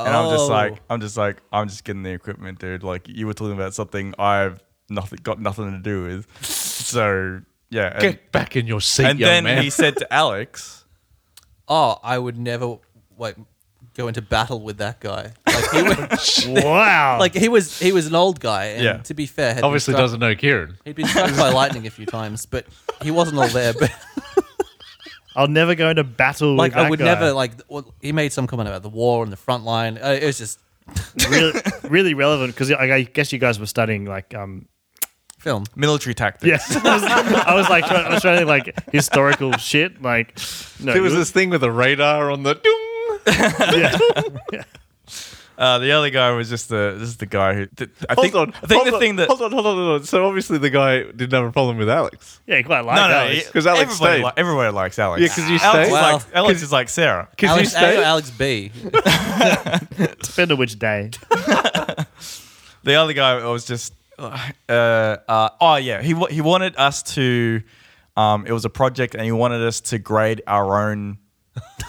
Speaker 2: And I'm just
Speaker 4: Oh.
Speaker 2: like, I'm just like, I'm just getting the equipment, dude. Like you were talking about something I've nothing got nothing to do with. So yeah. And,
Speaker 1: Get back in your seat,
Speaker 2: and
Speaker 1: young
Speaker 2: then
Speaker 1: man.
Speaker 2: he said to Alex,
Speaker 4: Oh, I would never like go into battle with that guy. Like he, was,
Speaker 3: wow.
Speaker 4: like he was he was an old guy, and
Speaker 2: Yeah.
Speaker 4: to be fair, had been
Speaker 1: Obviously
Speaker 4: struck-
Speaker 1: doesn't know Kieran.
Speaker 4: He'd been struck by lightning a few times, but he wasn't all there. But
Speaker 3: I'll never go into battle
Speaker 4: like,
Speaker 3: with that
Speaker 4: I would
Speaker 3: guy.
Speaker 4: never like. well, he made some comment about the war and the front line. Uh, it was just
Speaker 3: really, really relevant because I I guess you guys were studying like um
Speaker 4: film.
Speaker 2: military tactics.
Speaker 3: yes I was, I was like trying, I was trying to like historical shit like no
Speaker 1: There was
Speaker 3: you-
Speaker 1: this thing with a radar on the. Ding!
Speaker 3: yeah.
Speaker 2: Uh, the other guy was just the just the guy who. th- I
Speaker 1: Hold
Speaker 2: think,
Speaker 1: on.
Speaker 2: I think
Speaker 1: hold
Speaker 2: the
Speaker 1: on,
Speaker 2: thing that.
Speaker 1: Hold on, hold on, hold on. So obviously the guy didn't have a problem with Alex.
Speaker 3: yeah quite like
Speaker 2: No, no,
Speaker 3: Alex.
Speaker 1: he- 'cause Alex
Speaker 2: everybody,
Speaker 1: stayed.
Speaker 2: li- everybody likes Alex.
Speaker 1: Yeah, 'cause you
Speaker 2: Alex
Speaker 1: stayed.
Speaker 2: Is like,
Speaker 4: Wow.
Speaker 2: Alex is like Sarah.
Speaker 1: Because you
Speaker 4: Alex A or
Speaker 1: stayed.
Speaker 4: Alex B?
Speaker 3: depend on which day
Speaker 2: The other guy was just, uh, uh, oh yeah, he wa- he wanted us to, um, it was a project, and he wanted us to grade our own,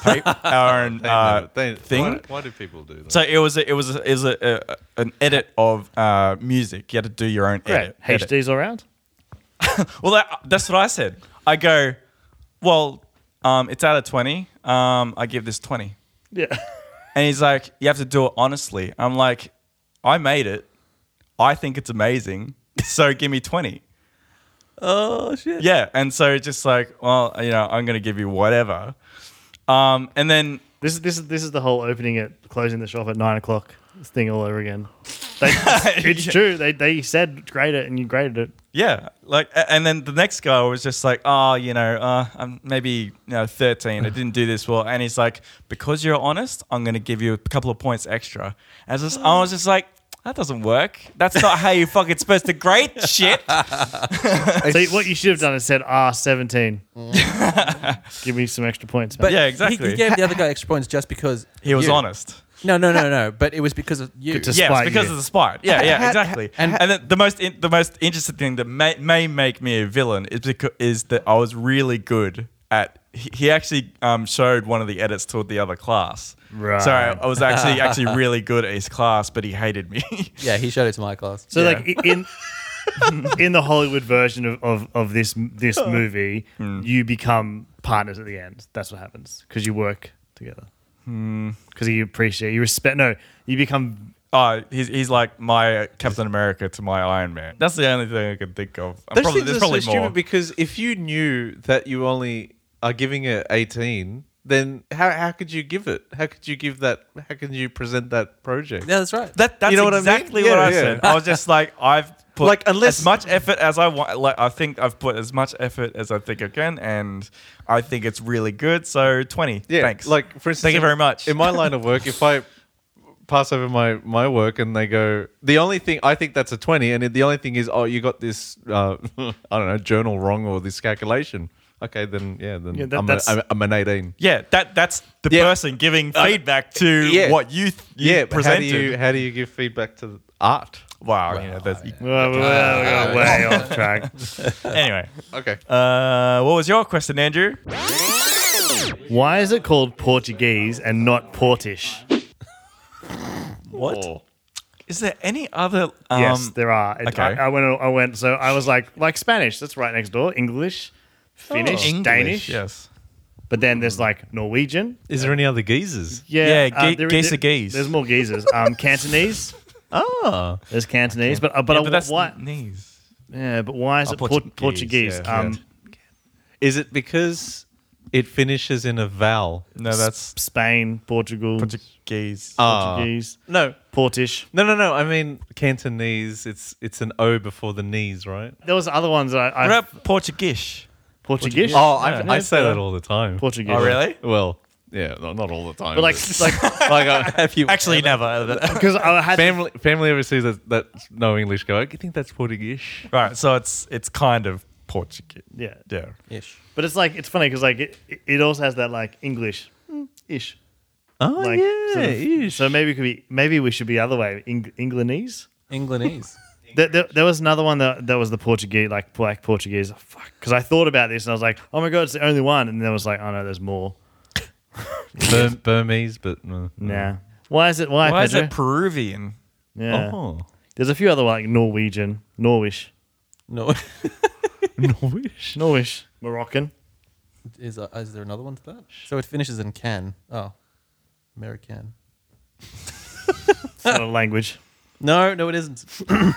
Speaker 2: paper, our own uh, thing.
Speaker 1: Why, do people do that?
Speaker 2: So it was a, it was a, it was a, a, an edit of uh, music. You had to do your own
Speaker 3: great
Speaker 2: edit. edit.
Speaker 3: HD's all around
Speaker 2: Well, that, that's what I said. I go, well, um, it's out of twenty. Um, I give this twenty.
Speaker 3: yeah
Speaker 2: And he's like, you have to do it honestly. I'm like, I made it. I think it's amazing. So give me 20.
Speaker 4: oh shit!
Speaker 2: Yeah. And so it's just like, well, you know, I'm going to give you whatever. Um, and then
Speaker 3: this is this is this is the whole opening at closing the shop at nine o'clock thing all over again they, it's
Speaker 2: Yeah.
Speaker 3: true they they said grade it and you graded it
Speaker 2: Yeah, like, a- and then the next guy was just like, oh, you know, uh, I'm maybe you know 13. I didn't do this well, and he's like, because you're honest, I'm gonna give you a couple of points extra. And I was just, I was just like, that doesn't work. That's not how you fucking supposed to grade shit.
Speaker 3: so what you should have done is said ah 17 give me some extra points
Speaker 4: But
Speaker 2: Yeah,
Speaker 4: he-
Speaker 2: exactly.
Speaker 4: He, gave the other guy extra points just because
Speaker 2: He was
Speaker 4: you.
Speaker 2: honest.
Speaker 4: No, no, no, no. But it was because of you.
Speaker 3: Good to see.
Speaker 2: Yes,
Speaker 3: Spite
Speaker 2: because
Speaker 3: you.
Speaker 2: of the spite. Yeah, yeah, exactly.
Speaker 4: and-
Speaker 2: And, and then the most in, the most interesting thing that may, may make me a villain is because is that I was really good at. He he actually um, showed one of the edits toward the other class.
Speaker 3: Right.
Speaker 2: So I was actually actually really good at his class, but he hated me.
Speaker 4: Yeah, he showed it to my class.
Speaker 3: So
Speaker 2: Yeah.
Speaker 3: like i- in in the Hollywood version of, of, of this this movie, you become partners at the end. That's what happens because you work together. Because you appreciate, you respect. No, you become.
Speaker 2: oh, he's, he's like my Captain America to my Iron Man. That's the only thing I can think of. I'm
Speaker 1: Those
Speaker 2: probably,
Speaker 1: things
Speaker 2: there's
Speaker 1: are so
Speaker 2: probably more.
Speaker 1: stupid because if you knew that you only are giving it 18, then how, how could you give it? How could you give that? How can you present that project?
Speaker 4: Yeah, that's right.
Speaker 2: That, that's
Speaker 1: You know what I mean?
Speaker 2: exactly
Speaker 1: Yeah,
Speaker 2: what I
Speaker 1: yeah.
Speaker 2: said. I was just like, I've put
Speaker 1: Like, unless-
Speaker 2: as much effort as I want. Like, I think I've put as much effort as I think I can, and I think it's really good. So twenty.
Speaker 1: Yeah,
Speaker 2: thanks.
Speaker 1: Like for instance,
Speaker 2: thank you very much.
Speaker 1: In my line of work, if I pass over my my work and they go, the only thing I think that's a twenty, and the only thing is, oh, you got this, uh, I don't know, journal wrong or this calculation. Okay, then yeah, then
Speaker 3: Yeah, that-
Speaker 1: I'm, a,
Speaker 3: that's-
Speaker 1: I'm, I'm an eighteen.
Speaker 2: yeah, that that's the
Speaker 1: Yeah. Uh,
Speaker 2: person giving feedback to
Speaker 1: yeah.
Speaker 2: what you, th- you
Speaker 1: yeah, but how do
Speaker 2: presented.
Speaker 1: you how do you give feedback to art?
Speaker 2: wow, you know, that's,
Speaker 3: Well, we got way off track.
Speaker 2: anyway,
Speaker 1: Okay,
Speaker 2: uh, what was your question, Andrew?
Speaker 3: Why is it called Portuguese and not Portish?
Speaker 2: What is
Speaker 1: Oh.
Speaker 2: there any other? Um,
Speaker 3: yes, there are. It-
Speaker 2: okay.
Speaker 3: I, I went. I went. So I was like, like Spanish. That's right next door. English, Finnish,
Speaker 2: Oh, English,
Speaker 3: Danish.
Speaker 2: Yes.
Speaker 3: But then there's like Norwegian.
Speaker 1: is there any other geezers?
Speaker 3: Yeah, uh,
Speaker 2: Yeah, ge- geese are geese.
Speaker 3: There's more geezers. Um, Cantonese.
Speaker 1: Oh,
Speaker 3: There's Cantonese, but uh, but,
Speaker 2: Yeah,
Speaker 3: uh,
Speaker 2: but that's
Speaker 3: why?
Speaker 2: knees.
Speaker 3: Yeah, but why is
Speaker 2: Oh,
Speaker 3: it Port-
Speaker 2: Portuguese,
Speaker 3: Portuguese?
Speaker 2: yeah.
Speaker 3: Um,
Speaker 1: is it because it finishes in a vowel?
Speaker 2: No, that's
Speaker 3: Spain, Portugal,
Speaker 2: Portuguese.
Speaker 1: Ah.
Speaker 3: Portuguese,
Speaker 1: No,
Speaker 3: Portish.
Speaker 1: no, no, no. I mean Cantonese. It's it's an O before the knees, right?
Speaker 3: There was other ones that I, I
Speaker 2: What about Portuguese?
Speaker 3: Portuguese.
Speaker 1: Oh, I've,
Speaker 2: Yeah.
Speaker 1: I say that all the time.
Speaker 3: Portuguese.
Speaker 2: Oh, really?
Speaker 1: Well, Yeah, no, not all the time.
Speaker 3: But like, like
Speaker 1: like uh,
Speaker 4: Have you
Speaker 2: Actually, never.
Speaker 3: because I had
Speaker 1: family family ever sees that that's no English. Go, I think that's Portuguese.
Speaker 2: right, so it's it's kind of Portuguese.
Speaker 3: yeah,
Speaker 2: Yeah.
Speaker 4: ish?
Speaker 3: but it's like it's funny because like it, it also has that like English ish.
Speaker 1: Oh
Speaker 3: Like, sort of-
Speaker 1: ish.
Speaker 3: So maybe it could be maybe we should be other way Eng- Englandese.
Speaker 4: Englandese.
Speaker 3: There, there, there was another one that, that was the Portuguese, like black Portuguese. Fuck, because I thought about this and I was like, oh my god, it's the only one. And then I was like, oh no, there's more.
Speaker 1: Bur- Burmese, but uh, no.
Speaker 3: Nah. Why is it? Why,
Speaker 2: Why is
Speaker 3: Pedro?
Speaker 2: it Peruvian?
Speaker 3: yeah.
Speaker 1: Oh,
Speaker 3: There's a few other like Norwegian, Norwish,
Speaker 4: no,
Speaker 1: Norwich.
Speaker 3: Norwish, Moroccan.
Speaker 4: is, uh, is there another one to that? So it finishes in can. Oh, American.
Speaker 3: It's not a language.
Speaker 4: No, no, it isn't. I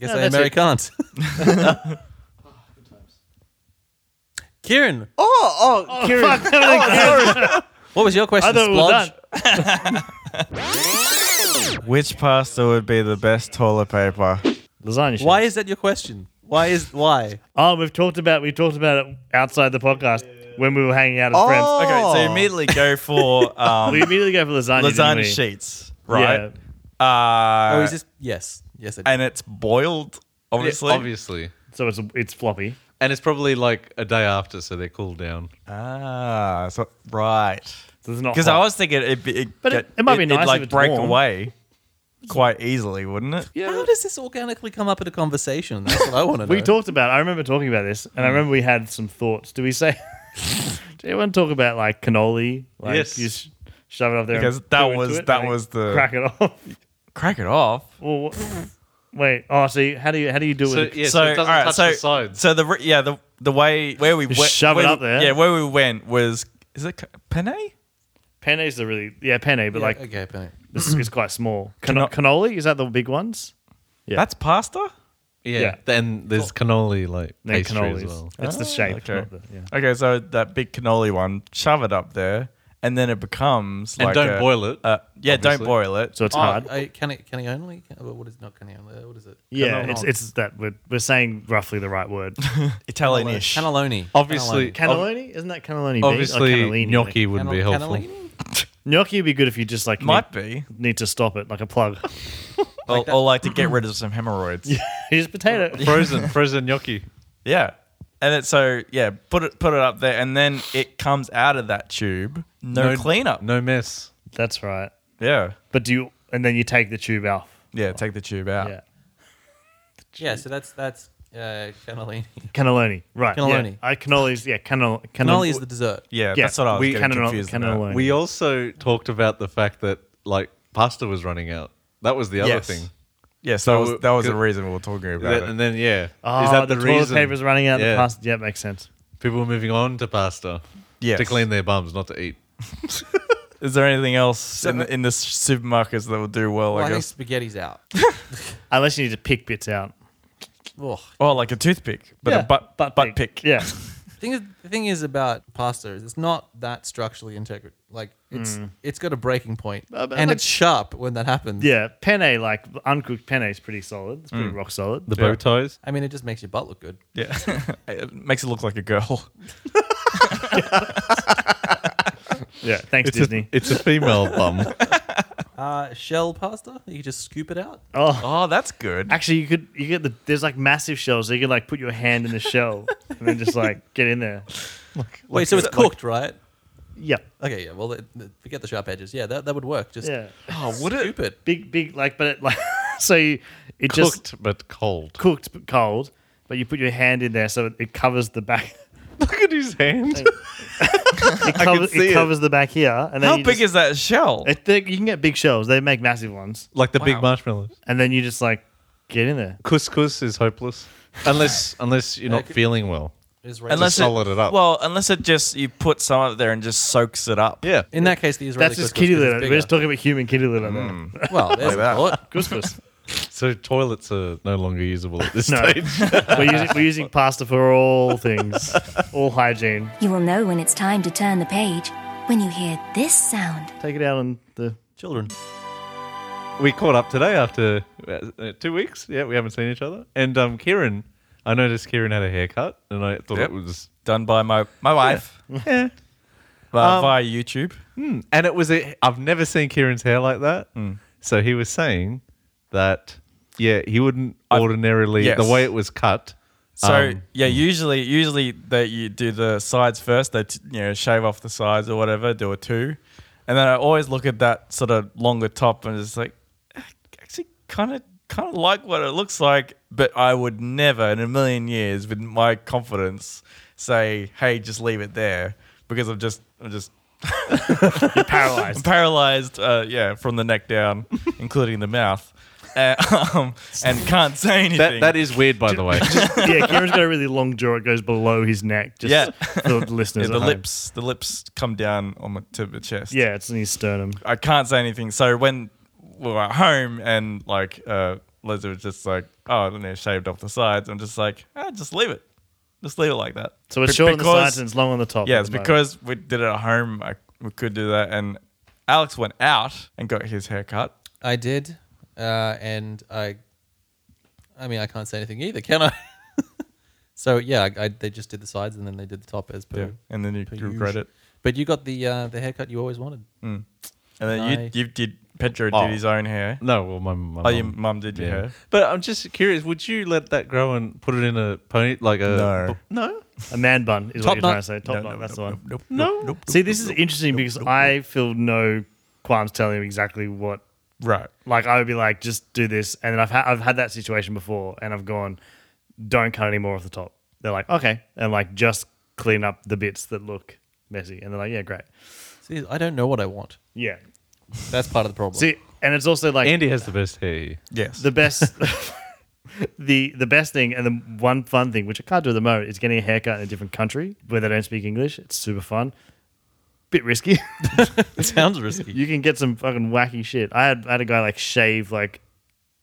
Speaker 4: guess
Speaker 3: No,
Speaker 4: I
Speaker 3: that's Ah, it.
Speaker 4: American't. Kieran,
Speaker 2: Oh, oh,
Speaker 3: Kieran.
Speaker 4: what was your question?
Speaker 3: I thought we were
Speaker 4: Splodge?
Speaker 3: done.
Speaker 2: Which pasta would be the best toilet paper?
Speaker 3: Lasagna.
Speaker 4: Why
Speaker 3: sheets.
Speaker 4: is that your question? Why is why?
Speaker 3: Oh, we've talked about we talked about it outside the podcast when we were hanging out as friends.
Speaker 2: Okay, so you immediately go for um,
Speaker 3: We immediately go for lasagna. didn't we?
Speaker 2: lasagna sheets, right?
Speaker 3: Yeah.
Speaker 2: Uh,
Speaker 4: oh, is this yes, yes, it,
Speaker 2: and it's boiled, obviously.
Speaker 1: Yeah, obviously.
Speaker 3: So it's it's floppy.
Speaker 1: And it's probably like a day after, so they're cooled down.
Speaker 2: Ah, so right.
Speaker 3: So it's not
Speaker 2: Because I
Speaker 3: hot.
Speaker 2: was thinking it'd be, it,
Speaker 3: But it- it might be nice if
Speaker 2: like
Speaker 3: it's
Speaker 2: break
Speaker 3: warm.
Speaker 2: away quite easily, wouldn't it?
Speaker 1: Yeah.
Speaker 4: How does this organically come up in a conversation? That's what I want to know. Mm.
Speaker 3: We talked about. I remember talking about this, and I remember we had some thoughts. Do we say? do anyone talk about like cannoli? Like
Speaker 1: Yes.
Speaker 3: You sh- shove it up there and
Speaker 2: Because that
Speaker 3: go into
Speaker 2: was-
Speaker 3: it,
Speaker 2: that
Speaker 3: like,
Speaker 2: was the-
Speaker 3: crack it off.
Speaker 2: Crack it off.
Speaker 3: well, wh- wait. Oh, see, how do you how do you do it?
Speaker 1: So,
Speaker 3: with?
Speaker 1: yeah, so, it doesn't
Speaker 2: alright,
Speaker 1: touch
Speaker 2: so,
Speaker 1: the sides.
Speaker 2: So the re- yeah the the way where we
Speaker 3: Just
Speaker 2: went,
Speaker 3: shove it
Speaker 2: where-
Speaker 3: up there.
Speaker 2: Yeah, where we went was is it ca- penne?
Speaker 3: Penne is the really yeah penne, but
Speaker 4: Yeah,
Speaker 3: like
Speaker 4: okay, fine.
Speaker 3: this is quite small. Can- cannoli is that the big ones? Yeah.
Speaker 2: That's pasta.
Speaker 1: yeah.
Speaker 3: yeah.
Speaker 1: Then there's cannoli like
Speaker 3: They're
Speaker 1: pastry
Speaker 3: cannolis.
Speaker 1: as well.
Speaker 3: It's the shape.
Speaker 2: Oh, okay.
Speaker 3: not the- yeah.
Speaker 2: Okay, so that big cannoli one, shove it up there, and then it becomes
Speaker 1: And
Speaker 2: like
Speaker 1: don't
Speaker 2: a-
Speaker 1: boil it,
Speaker 2: Uh, yeah,
Speaker 1: obviously.
Speaker 2: don't boil it.
Speaker 3: So it's
Speaker 4: Oh,
Speaker 3: hard.
Speaker 4: I, can it? Can he only? can- well, What is not can he only? What is it?
Speaker 3: yeah,
Speaker 4: Cannoli.
Speaker 3: it's, it's that we're, we're saying roughly the right word.
Speaker 2: Italianish.
Speaker 4: cannelloni.
Speaker 1: Obviously-
Speaker 3: Cannelloni
Speaker 4: Cannelloni.
Speaker 3: isn't that cannelloni? beef? Or
Speaker 1: Obviously,
Speaker 3: cannellini,
Speaker 1: gnocchi
Speaker 3: like-
Speaker 1: wouldn't be
Speaker 4: Cannell-
Speaker 1: helpful.
Speaker 4: cannellini?
Speaker 3: Gnocchi would be good if you just like
Speaker 2: Might
Speaker 3: need,
Speaker 2: be,
Speaker 3: need to stop it like a plug.
Speaker 2: or, or like to get rid of some hemorrhoids. Yeah,
Speaker 3: you just potato.
Speaker 1: Frozen, frozen gnocchi.
Speaker 2: and it, so yeah, put it put it up there, and then it comes out of that tube. No, cleanup.
Speaker 1: No mess.
Speaker 3: That's right.
Speaker 2: Yeah,
Speaker 3: But do you and then you take the tube off?
Speaker 2: yeah. Take the tube out.
Speaker 3: Yeah.
Speaker 4: Yeah, so that's that's uh, cannellini.
Speaker 3: Cannelloni. Right. Yeah.
Speaker 4: Cannelloni.
Speaker 3: I cannoli's yeah, cannoli
Speaker 4: Cannoli is the dessert.
Speaker 2: Yeah,
Speaker 3: Yeah,
Speaker 2: that's what I was
Speaker 1: we-
Speaker 2: getting
Speaker 3: cannolo-
Speaker 2: confused about.
Speaker 3: cannelloni.
Speaker 1: We also talked about the fact that like pasta was running out. That was the other
Speaker 2: Yes.
Speaker 1: thing.
Speaker 2: Yeah, so that was,
Speaker 1: So-
Speaker 2: that was the reason we were talking about
Speaker 1: That-
Speaker 2: it.
Speaker 1: and then yeah,
Speaker 3: Oh,
Speaker 1: is that Ah, the,
Speaker 3: toilet
Speaker 1: reason?
Speaker 3: paper's running out?
Speaker 1: Yeah.
Speaker 3: The pasta. Yeah, makes sense.
Speaker 1: People were moving on to pasta
Speaker 2: Yes.
Speaker 1: to clean their bums, not to eat.
Speaker 2: Is there anything else in the, in the supermarkets that will do well?
Speaker 4: Well, I
Speaker 2: I
Speaker 4: think
Speaker 2: guess.
Speaker 4: spaghetti's out.
Speaker 3: Unless you need to pick bits out.
Speaker 4: Ugh.
Speaker 2: Oh, like a toothpick, but
Speaker 3: Yeah,
Speaker 2: a butt butt, butt pick.
Speaker 3: Yeah.
Speaker 4: The thing is, the thing is about pasta is it's not that structurally integrate. Like it's it's got a breaking point,
Speaker 3: Uh, Hmm. but
Speaker 4: and
Speaker 3: like-
Speaker 4: it's sharp when that happens.
Speaker 3: yeah. Penne, like uncooked penne is pretty solid. It's pretty rock solid.
Speaker 1: Mm. The
Speaker 2: Yeah.
Speaker 1: bow ties.
Speaker 4: I mean, it just makes your butt look good.
Speaker 2: Yeah. it makes it look like a girl.
Speaker 3: yeah. Thanks,
Speaker 1: It's
Speaker 3: Disney.
Speaker 1: a, it's a female bum.
Speaker 4: Uh, shell pasta, you just scoop it out.
Speaker 3: oh.
Speaker 2: Oh, that's good.
Speaker 3: Actually, you could you get the there's like massive shells, so you can like put your hand in the shell and then just like get in there.
Speaker 4: Wait, so it's cooked, right?
Speaker 3: Yeah,
Speaker 4: Okay, yeah. Well, it, it- forget the sharp edges. Yeah, that, that would work. Just
Speaker 3: yeah,
Speaker 2: Oh, would
Speaker 4: scoop it.
Speaker 3: big big like, but it like so you, it just
Speaker 1: Cooked but cold.
Speaker 3: cooked but cold, but you put your hand in there so it, it covers the back.
Speaker 1: Look at his hand.
Speaker 3: It covers
Speaker 1: see
Speaker 3: it
Speaker 1: it.
Speaker 3: covers the back here, and then
Speaker 2: How
Speaker 3: you
Speaker 2: big
Speaker 3: just-
Speaker 2: is that shell?
Speaker 3: it, they- you can get big shells. They make massive ones,
Speaker 1: like the big
Speaker 2: Wow.
Speaker 1: marshmallows.
Speaker 3: and then you just like get in there.
Speaker 1: Couscous is hopeless unless unless you're not feeling well.
Speaker 4: Israeli.
Speaker 1: Unless- solid it up.
Speaker 2: Well, unless it just you put some up there and just soaks it up.
Speaker 1: Yeah.
Speaker 4: in that case, the Israeli.
Speaker 3: That's just
Speaker 4: cookbook
Speaker 3: kitty
Speaker 4: is
Speaker 3: litter. We're
Speaker 4: bigger.
Speaker 3: just talking about human kitty litter.
Speaker 2: Hmm.
Speaker 3: there.
Speaker 4: well, there's
Speaker 2: Like that.
Speaker 4: a thought.
Speaker 3: Couscous.
Speaker 1: So toilets are no longer usable at this
Speaker 3: No.
Speaker 1: stage.
Speaker 3: we're, using, we're using pasta for all things, all hygiene.
Speaker 5: You will know when it's time to turn the page when you hear this sound.
Speaker 3: Take it out on the
Speaker 4: Children.
Speaker 1: we caught up today after uh, uh, two weeks. Yeah, we haven't seen each other. And um, Kieran, I noticed Kieran had a haircut, and I thought
Speaker 2: Yep.
Speaker 1: it was eh,
Speaker 2: Done by my my wife.
Speaker 1: yeah.
Speaker 2: uh, via YouTube.
Speaker 1: And it was a, I've never seen Kieran's hair like that. So he was saying that yeah, he wouldn't ordinarily
Speaker 2: yes.
Speaker 1: the way it was cut.
Speaker 2: So
Speaker 1: um,
Speaker 2: yeah, usually usually they you do the sides first. They t- you know shave off the sides or whatever, do a two, and then I always look at that sort of longer top and it's like I actually kind of kind of like what it looks like, but I would never in a million years with my confidence say hey just leave it there because I'm just I'm just I'm
Speaker 3: Paralyzed.
Speaker 2: paralyzed, uh, yeah, from the neck down, including the mouth, uh, um, and can't say anything.
Speaker 1: that that is weird by the way.
Speaker 3: yeah, Kieran's got a really long jaw. It goes below his neck. Just
Speaker 2: Yeah.
Speaker 3: for the listeners.
Speaker 2: Yeah, the
Speaker 3: at home.
Speaker 2: lips, the lips come down on my, to my chest.
Speaker 3: Yeah, it's in his sternum.
Speaker 2: I can't say anything. So when we were at home and like uh, Leslie was just like, oh, I don't know, shaved off the sides. I'm just like, ah, just leave it, just leave it like that.
Speaker 3: So it's
Speaker 2: Be-
Speaker 3: short on the
Speaker 2: because-
Speaker 3: sides and it's long on the top.
Speaker 2: Yeah,
Speaker 3: at
Speaker 2: it's
Speaker 3: the moment.
Speaker 2: because we did it at home. I, we could do that. And Alex went out and got his haircut.
Speaker 4: I did, uh, and I, I mean, I can't say anything either, can I? so yeah, I, I, they just did the sides and then they did the top as per.
Speaker 2: Yeah, and then you
Speaker 4: per
Speaker 2: regret
Speaker 4: usual.
Speaker 2: it.
Speaker 4: But you got the uh, the haircut you always wanted.
Speaker 2: And then
Speaker 4: Nice.
Speaker 2: you, you did. Pedro
Speaker 1: Oh.
Speaker 2: did his own hair.
Speaker 1: no, well my, my
Speaker 2: Oh, your
Speaker 1: mum-
Speaker 2: mum did your
Speaker 1: yeah.
Speaker 2: hair.
Speaker 1: But I'm just curious, would you let that grow and put it in a pony like a no.
Speaker 3: a man bun is what
Speaker 4: Top
Speaker 3: you're
Speaker 4: knot.
Speaker 3: trying to say.
Speaker 2: No,
Speaker 3: Top knot.
Speaker 2: no,
Speaker 3: that's
Speaker 2: no,
Speaker 3: the
Speaker 2: no,
Speaker 3: one.
Speaker 2: no,
Speaker 1: No.
Speaker 3: See, this is interesting because I feel no qualms telling him exactly what.
Speaker 2: Right.
Speaker 3: Like I would be like, just do this, and then I've ha- I've had that situation before, and I've gone, don't cut any more off the top. They're like, okay, and like just clean up the bits that look messy, and they're like, yeah, great,
Speaker 4: See, I don't know what I want.
Speaker 3: yeah.
Speaker 4: That's part of the problem.
Speaker 3: See, and it's also like
Speaker 1: Andy has the best hair.
Speaker 2: Yes.
Speaker 3: the best the the best thing and the one fun thing which I can't do at the moment is getting a haircut in a different country where they don't speak English. It's super fun. Bit risky.
Speaker 4: it sounds risky.
Speaker 3: you can get some fucking wacky shit. I had I had a guy like shave like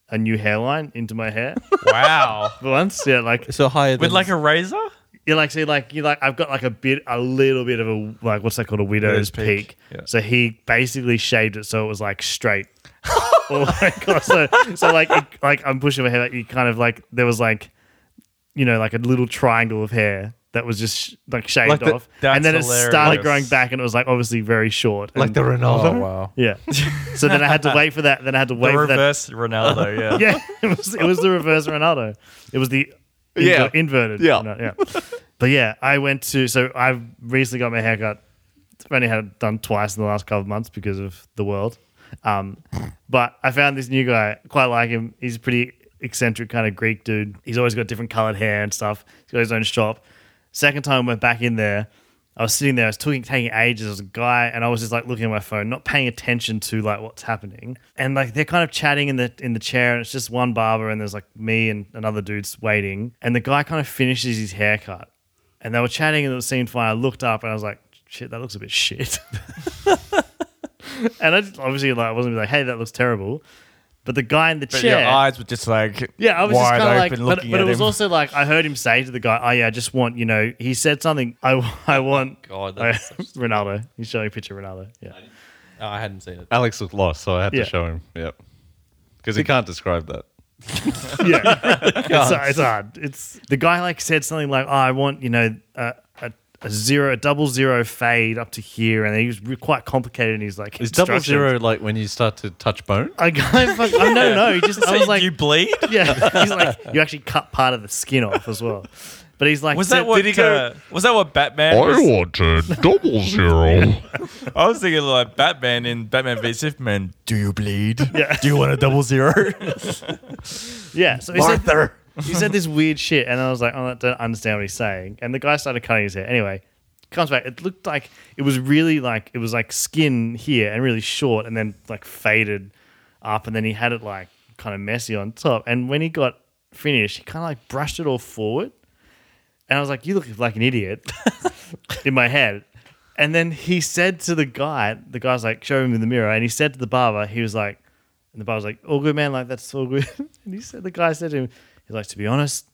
Speaker 3: a new hairline into my hair
Speaker 2: wow.
Speaker 3: once. Yeah, like
Speaker 4: So higher than
Speaker 2: With like a razor?
Speaker 3: you like see like you like I've got like a bit a little bit of a like what's that called a
Speaker 2: Widow's
Speaker 3: widow's peak.
Speaker 2: peak, yeah.
Speaker 3: So he basically shaved it so it was like straight. oh my god! So so like it, like I'm pushing my hair. Like you kind of like there was like you know like a little triangle of hair that was just sh- like shaved
Speaker 1: Like the-
Speaker 3: off,
Speaker 2: that's
Speaker 3: and then it
Speaker 2: hilarious.
Speaker 3: started growing back, and it was like obviously very short.
Speaker 1: Like
Speaker 3: And-
Speaker 1: the Ronaldo.
Speaker 4: oh wow.
Speaker 3: yeah. So then I had to wait for that. Then I had to wait
Speaker 2: The
Speaker 3: for that
Speaker 2: reverse Ronaldo, yeah.
Speaker 3: yeah, it was it was the reverse Ronaldo. It was the inver-
Speaker 1: Yeah.
Speaker 3: inverted.
Speaker 1: Yeah.
Speaker 3: Ronaldo, yeah. But yeah, I went to so I recently got my haircut. I've only had it done twice in the last couple of months because of the world. Um, but I found this new guy. Quite like him. He's a pretty eccentric kind of Greek dude. He's always got different colored hair and stuff. He's got his own shop. Second time I went back in there. I was sitting there. I was talking, taking ages. There was a guy, and I was just like looking at my phone, not paying attention to like what's happening. And like they're kind of chatting in the in the chair, and it's just one barber, and there's like me and another dude's waiting. And the guy kind of finishes his haircut, and they were chatting, and it seemed fine. I looked up, and I was like, "Shit, that looks a bit shit." and I just, obviously like I wasn't like, "Hey, that looks terrible," but the guy in the
Speaker 2: But
Speaker 3: chair,
Speaker 2: your eyes were just like
Speaker 3: yeah, I was
Speaker 2: wide
Speaker 3: just kind of like,
Speaker 2: open
Speaker 3: but,
Speaker 2: looking
Speaker 3: but
Speaker 2: at
Speaker 3: it was
Speaker 2: him.
Speaker 3: also like I heard him say to the guy, "Oh yeah, I just want you know." He said something. I I want
Speaker 4: God,
Speaker 3: I-
Speaker 4: that's
Speaker 3: Ronaldo. He's showing a picture of Ronaldo. Yeah,
Speaker 4: Oh, I hadn't seen it.
Speaker 1: Alex was lost, so I had
Speaker 3: Yeah.
Speaker 1: to show him. Yep. Because he can't describe that.
Speaker 3: yeah. it's, it's hard. It's the guy like said something like, "Oh, I want you know a, a, a zero, a double zero fade up to here," and he was re- quite complicated. And he's like,
Speaker 1: Is double
Speaker 3: instructions.
Speaker 1: zero like when you start to touch bone?
Speaker 3: I, go- I, fuck, I no no. He just I was like,
Speaker 2: you bleed?
Speaker 3: yeah. He's like, you actually cut part of the skin off as well. But he's like,
Speaker 2: Was that
Speaker 3: said-
Speaker 2: what uh, was that what Batman was-
Speaker 6: wanted double zero.
Speaker 2: I was thinking like Batman in Batman v Superman. Do you bleed?
Speaker 3: Yeah.
Speaker 2: Do you want a double zero?
Speaker 3: Yeah. So he said, he said this weird shit, and I was like, oh, I don't understand what he's saying. And the guy started cutting his hair. Anyway, comes back. It looked like it was really like it was like skin here and really short, and then like faded up, and then he had it like kind of messy on top. And when he got finished, he kind of like brushed it all forward, and I was like, you look like an idiot in my head. And then he said to the guy, the guy's like, show him in the mirror. And he said to the barber, he was like, and the barber's like, all good, man. Like, that's all good. and he said, the guy said to him, he's like, to be honest,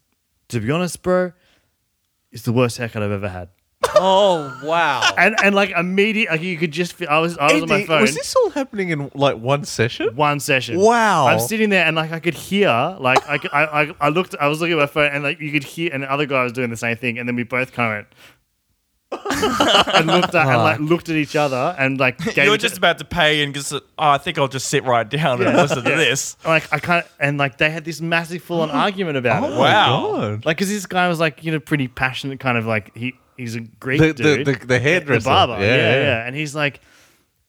Speaker 3: to be honest, bro, it's the worst haircut I've ever had.
Speaker 4: Oh wow.
Speaker 3: And and like immediate, like you could just, feel, I was I was on my
Speaker 1: Andy,
Speaker 3: phone.
Speaker 1: Was this all happening in like one session?
Speaker 3: one session.
Speaker 1: Wow.
Speaker 3: I'm sitting there and like I could hear, like I, could- I, I, I looked, I was looking at my phone and like you could hear, and the other guy was doing the same thing, and then we both kind of went, and looked at and like looked at each other and like gave
Speaker 2: you were
Speaker 3: each-
Speaker 2: just about to pay and just, oh, I think I'll just sit right down and listen to this.
Speaker 3: like I kind of and like they had this massive full on argument about
Speaker 1: Oh,
Speaker 3: it.
Speaker 2: Wow.
Speaker 3: Like, because this guy was like, you know, pretty passionate, kind of like he he's a Greek
Speaker 1: The, the,
Speaker 3: dude,
Speaker 1: the, the hairdresser.
Speaker 3: the barber, yeah, yeah,
Speaker 1: yeah.
Speaker 3: and he's like,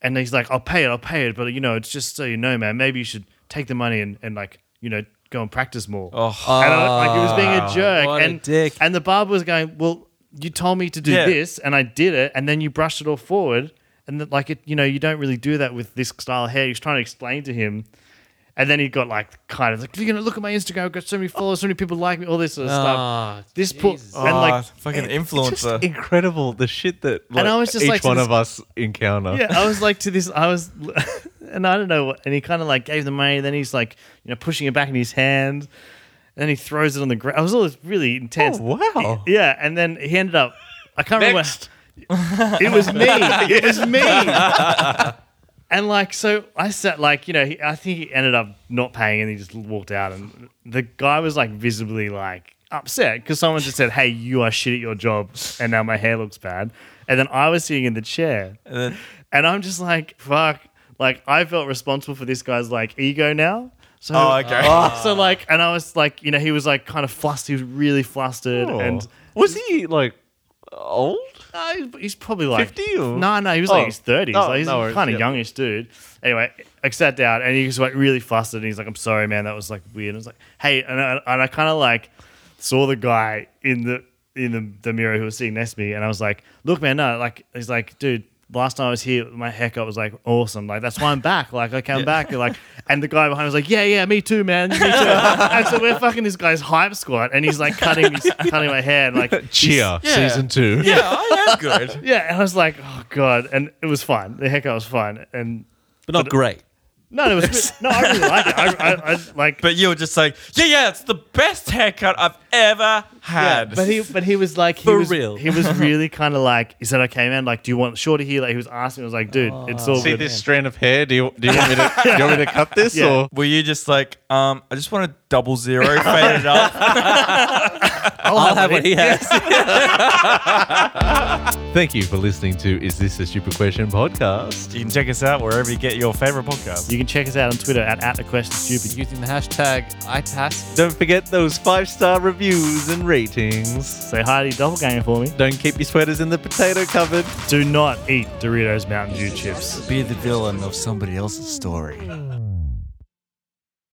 Speaker 3: and he's like, I'll pay it, I'll pay it, but you know, it's just so you know, man, maybe you should take the money and and like you know go and practice more. Oh, and I, like it was being a jerk,
Speaker 4: what a
Speaker 3: and
Speaker 4: dick.
Speaker 3: and the barber was going, well, you told me to do
Speaker 2: Yeah.
Speaker 3: this, and I did it, and then you brushed it all forward, and that like it, you know, you don't really do that with this style of hair. He was trying to explain to him. And then he got like kind of like, you're gonna look at my Instagram, I've got so many followers, so many people like me, all this sort of
Speaker 4: Ah,
Speaker 3: stuff. This poor
Speaker 4: Jesus.
Speaker 3: and like
Speaker 1: Ah.
Speaker 2: oh, fucking
Speaker 1: Just
Speaker 2: influencer.
Speaker 1: incredible the shit that like,
Speaker 3: I was just
Speaker 1: each
Speaker 3: like, so
Speaker 1: one
Speaker 3: this-
Speaker 1: of us encounter.
Speaker 3: Yeah, I was like to this. I was, and I don't know what. And he kind of like gave the money. Then he's like, you know, pushing it back in his hand. And then he throws it on the ground. I was all this really intense.
Speaker 1: Oh, wow.
Speaker 3: Yeah, and then he ended up. I can't remember. It was me. It was me. and like, so I sat like, you know, he, I think he ended up not paying, and he just walked out. And the guy was like visibly like upset because someone just said, "Hey, you are shit at your job, and now my hair looks bad." And then I was sitting in the chair,
Speaker 2: And then-
Speaker 3: and I'm just like, fuck. Like I felt responsible for this guy's like ego now. So
Speaker 2: Oh, okay.
Speaker 3: so like, and I was like, you know, he was like kind of flustered. He was really flustered,
Speaker 1: Oh.
Speaker 3: and
Speaker 1: was he like old?
Speaker 3: uh, he's probably like
Speaker 1: 50 or-
Speaker 3: no, no, he was
Speaker 1: Oh.
Speaker 3: like his thirties.
Speaker 1: Oh,
Speaker 3: like, he's
Speaker 1: no worries,
Speaker 3: kind of
Speaker 1: yeah.
Speaker 3: youngish dude. Anyway, I sat down, and he was like really flustered. And he's like, "I'm sorry, man, that was like weird." I was like, "Hey," and I, and I kind of like saw the guy in the in the, the mirror who was sitting next to me, and I was like, "Look, man, no, like he's like, dude." Last time I was here, my haircut was like awesome. Like that's why I'm back. Like I came back. Like, and the guy behind was like, "Yeah, yeah, me too, man, me too." and so we're fucking this guy's hype squad, and he's like cutting, me, cutting my hair, and like he's-
Speaker 1: Cheer season two.
Speaker 2: yeah, I am good.
Speaker 3: yeah, and I was like, oh god, and it was fine. The heck, I was fine, and
Speaker 4: but not great.
Speaker 3: no, it was no, I really liked it. I, I, I like,
Speaker 2: But you were just like, yeah, yeah, it's the best haircut I've ever
Speaker 3: yeah,
Speaker 2: had.
Speaker 3: but he, but he was like, he
Speaker 4: For
Speaker 3: was,
Speaker 4: real.
Speaker 3: he was really kind of like, is that okay, man? Like, do you want shorter here? Like, he was asking, I was like, dude, it's all
Speaker 1: Oh. See
Speaker 3: good.
Speaker 1: this strand of hair? Do you do you want me to do you want me to cut this
Speaker 3: Yeah.
Speaker 1: or
Speaker 2: were you just like, um, I just want a double zero faded up?
Speaker 4: I'll have what he has.
Speaker 1: Thank you for listening to Is This a Stupid Question podcast.
Speaker 2: You can check us out wherever you get your favorite podcast.
Speaker 3: You can check us out on Twitter at at the question stupid.
Speaker 4: Using the hashtag ITASK.
Speaker 1: Don't forget those five star reviews and ratings.
Speaker 3: Say hi to your doppelganger for me.
Speaker 1: Don't keep your sweaters in the potato cupboard.
Speaker 3: Do not eat Doritos Mountain Dew chips.
Speaker 2: Be the villain of somebody else's story.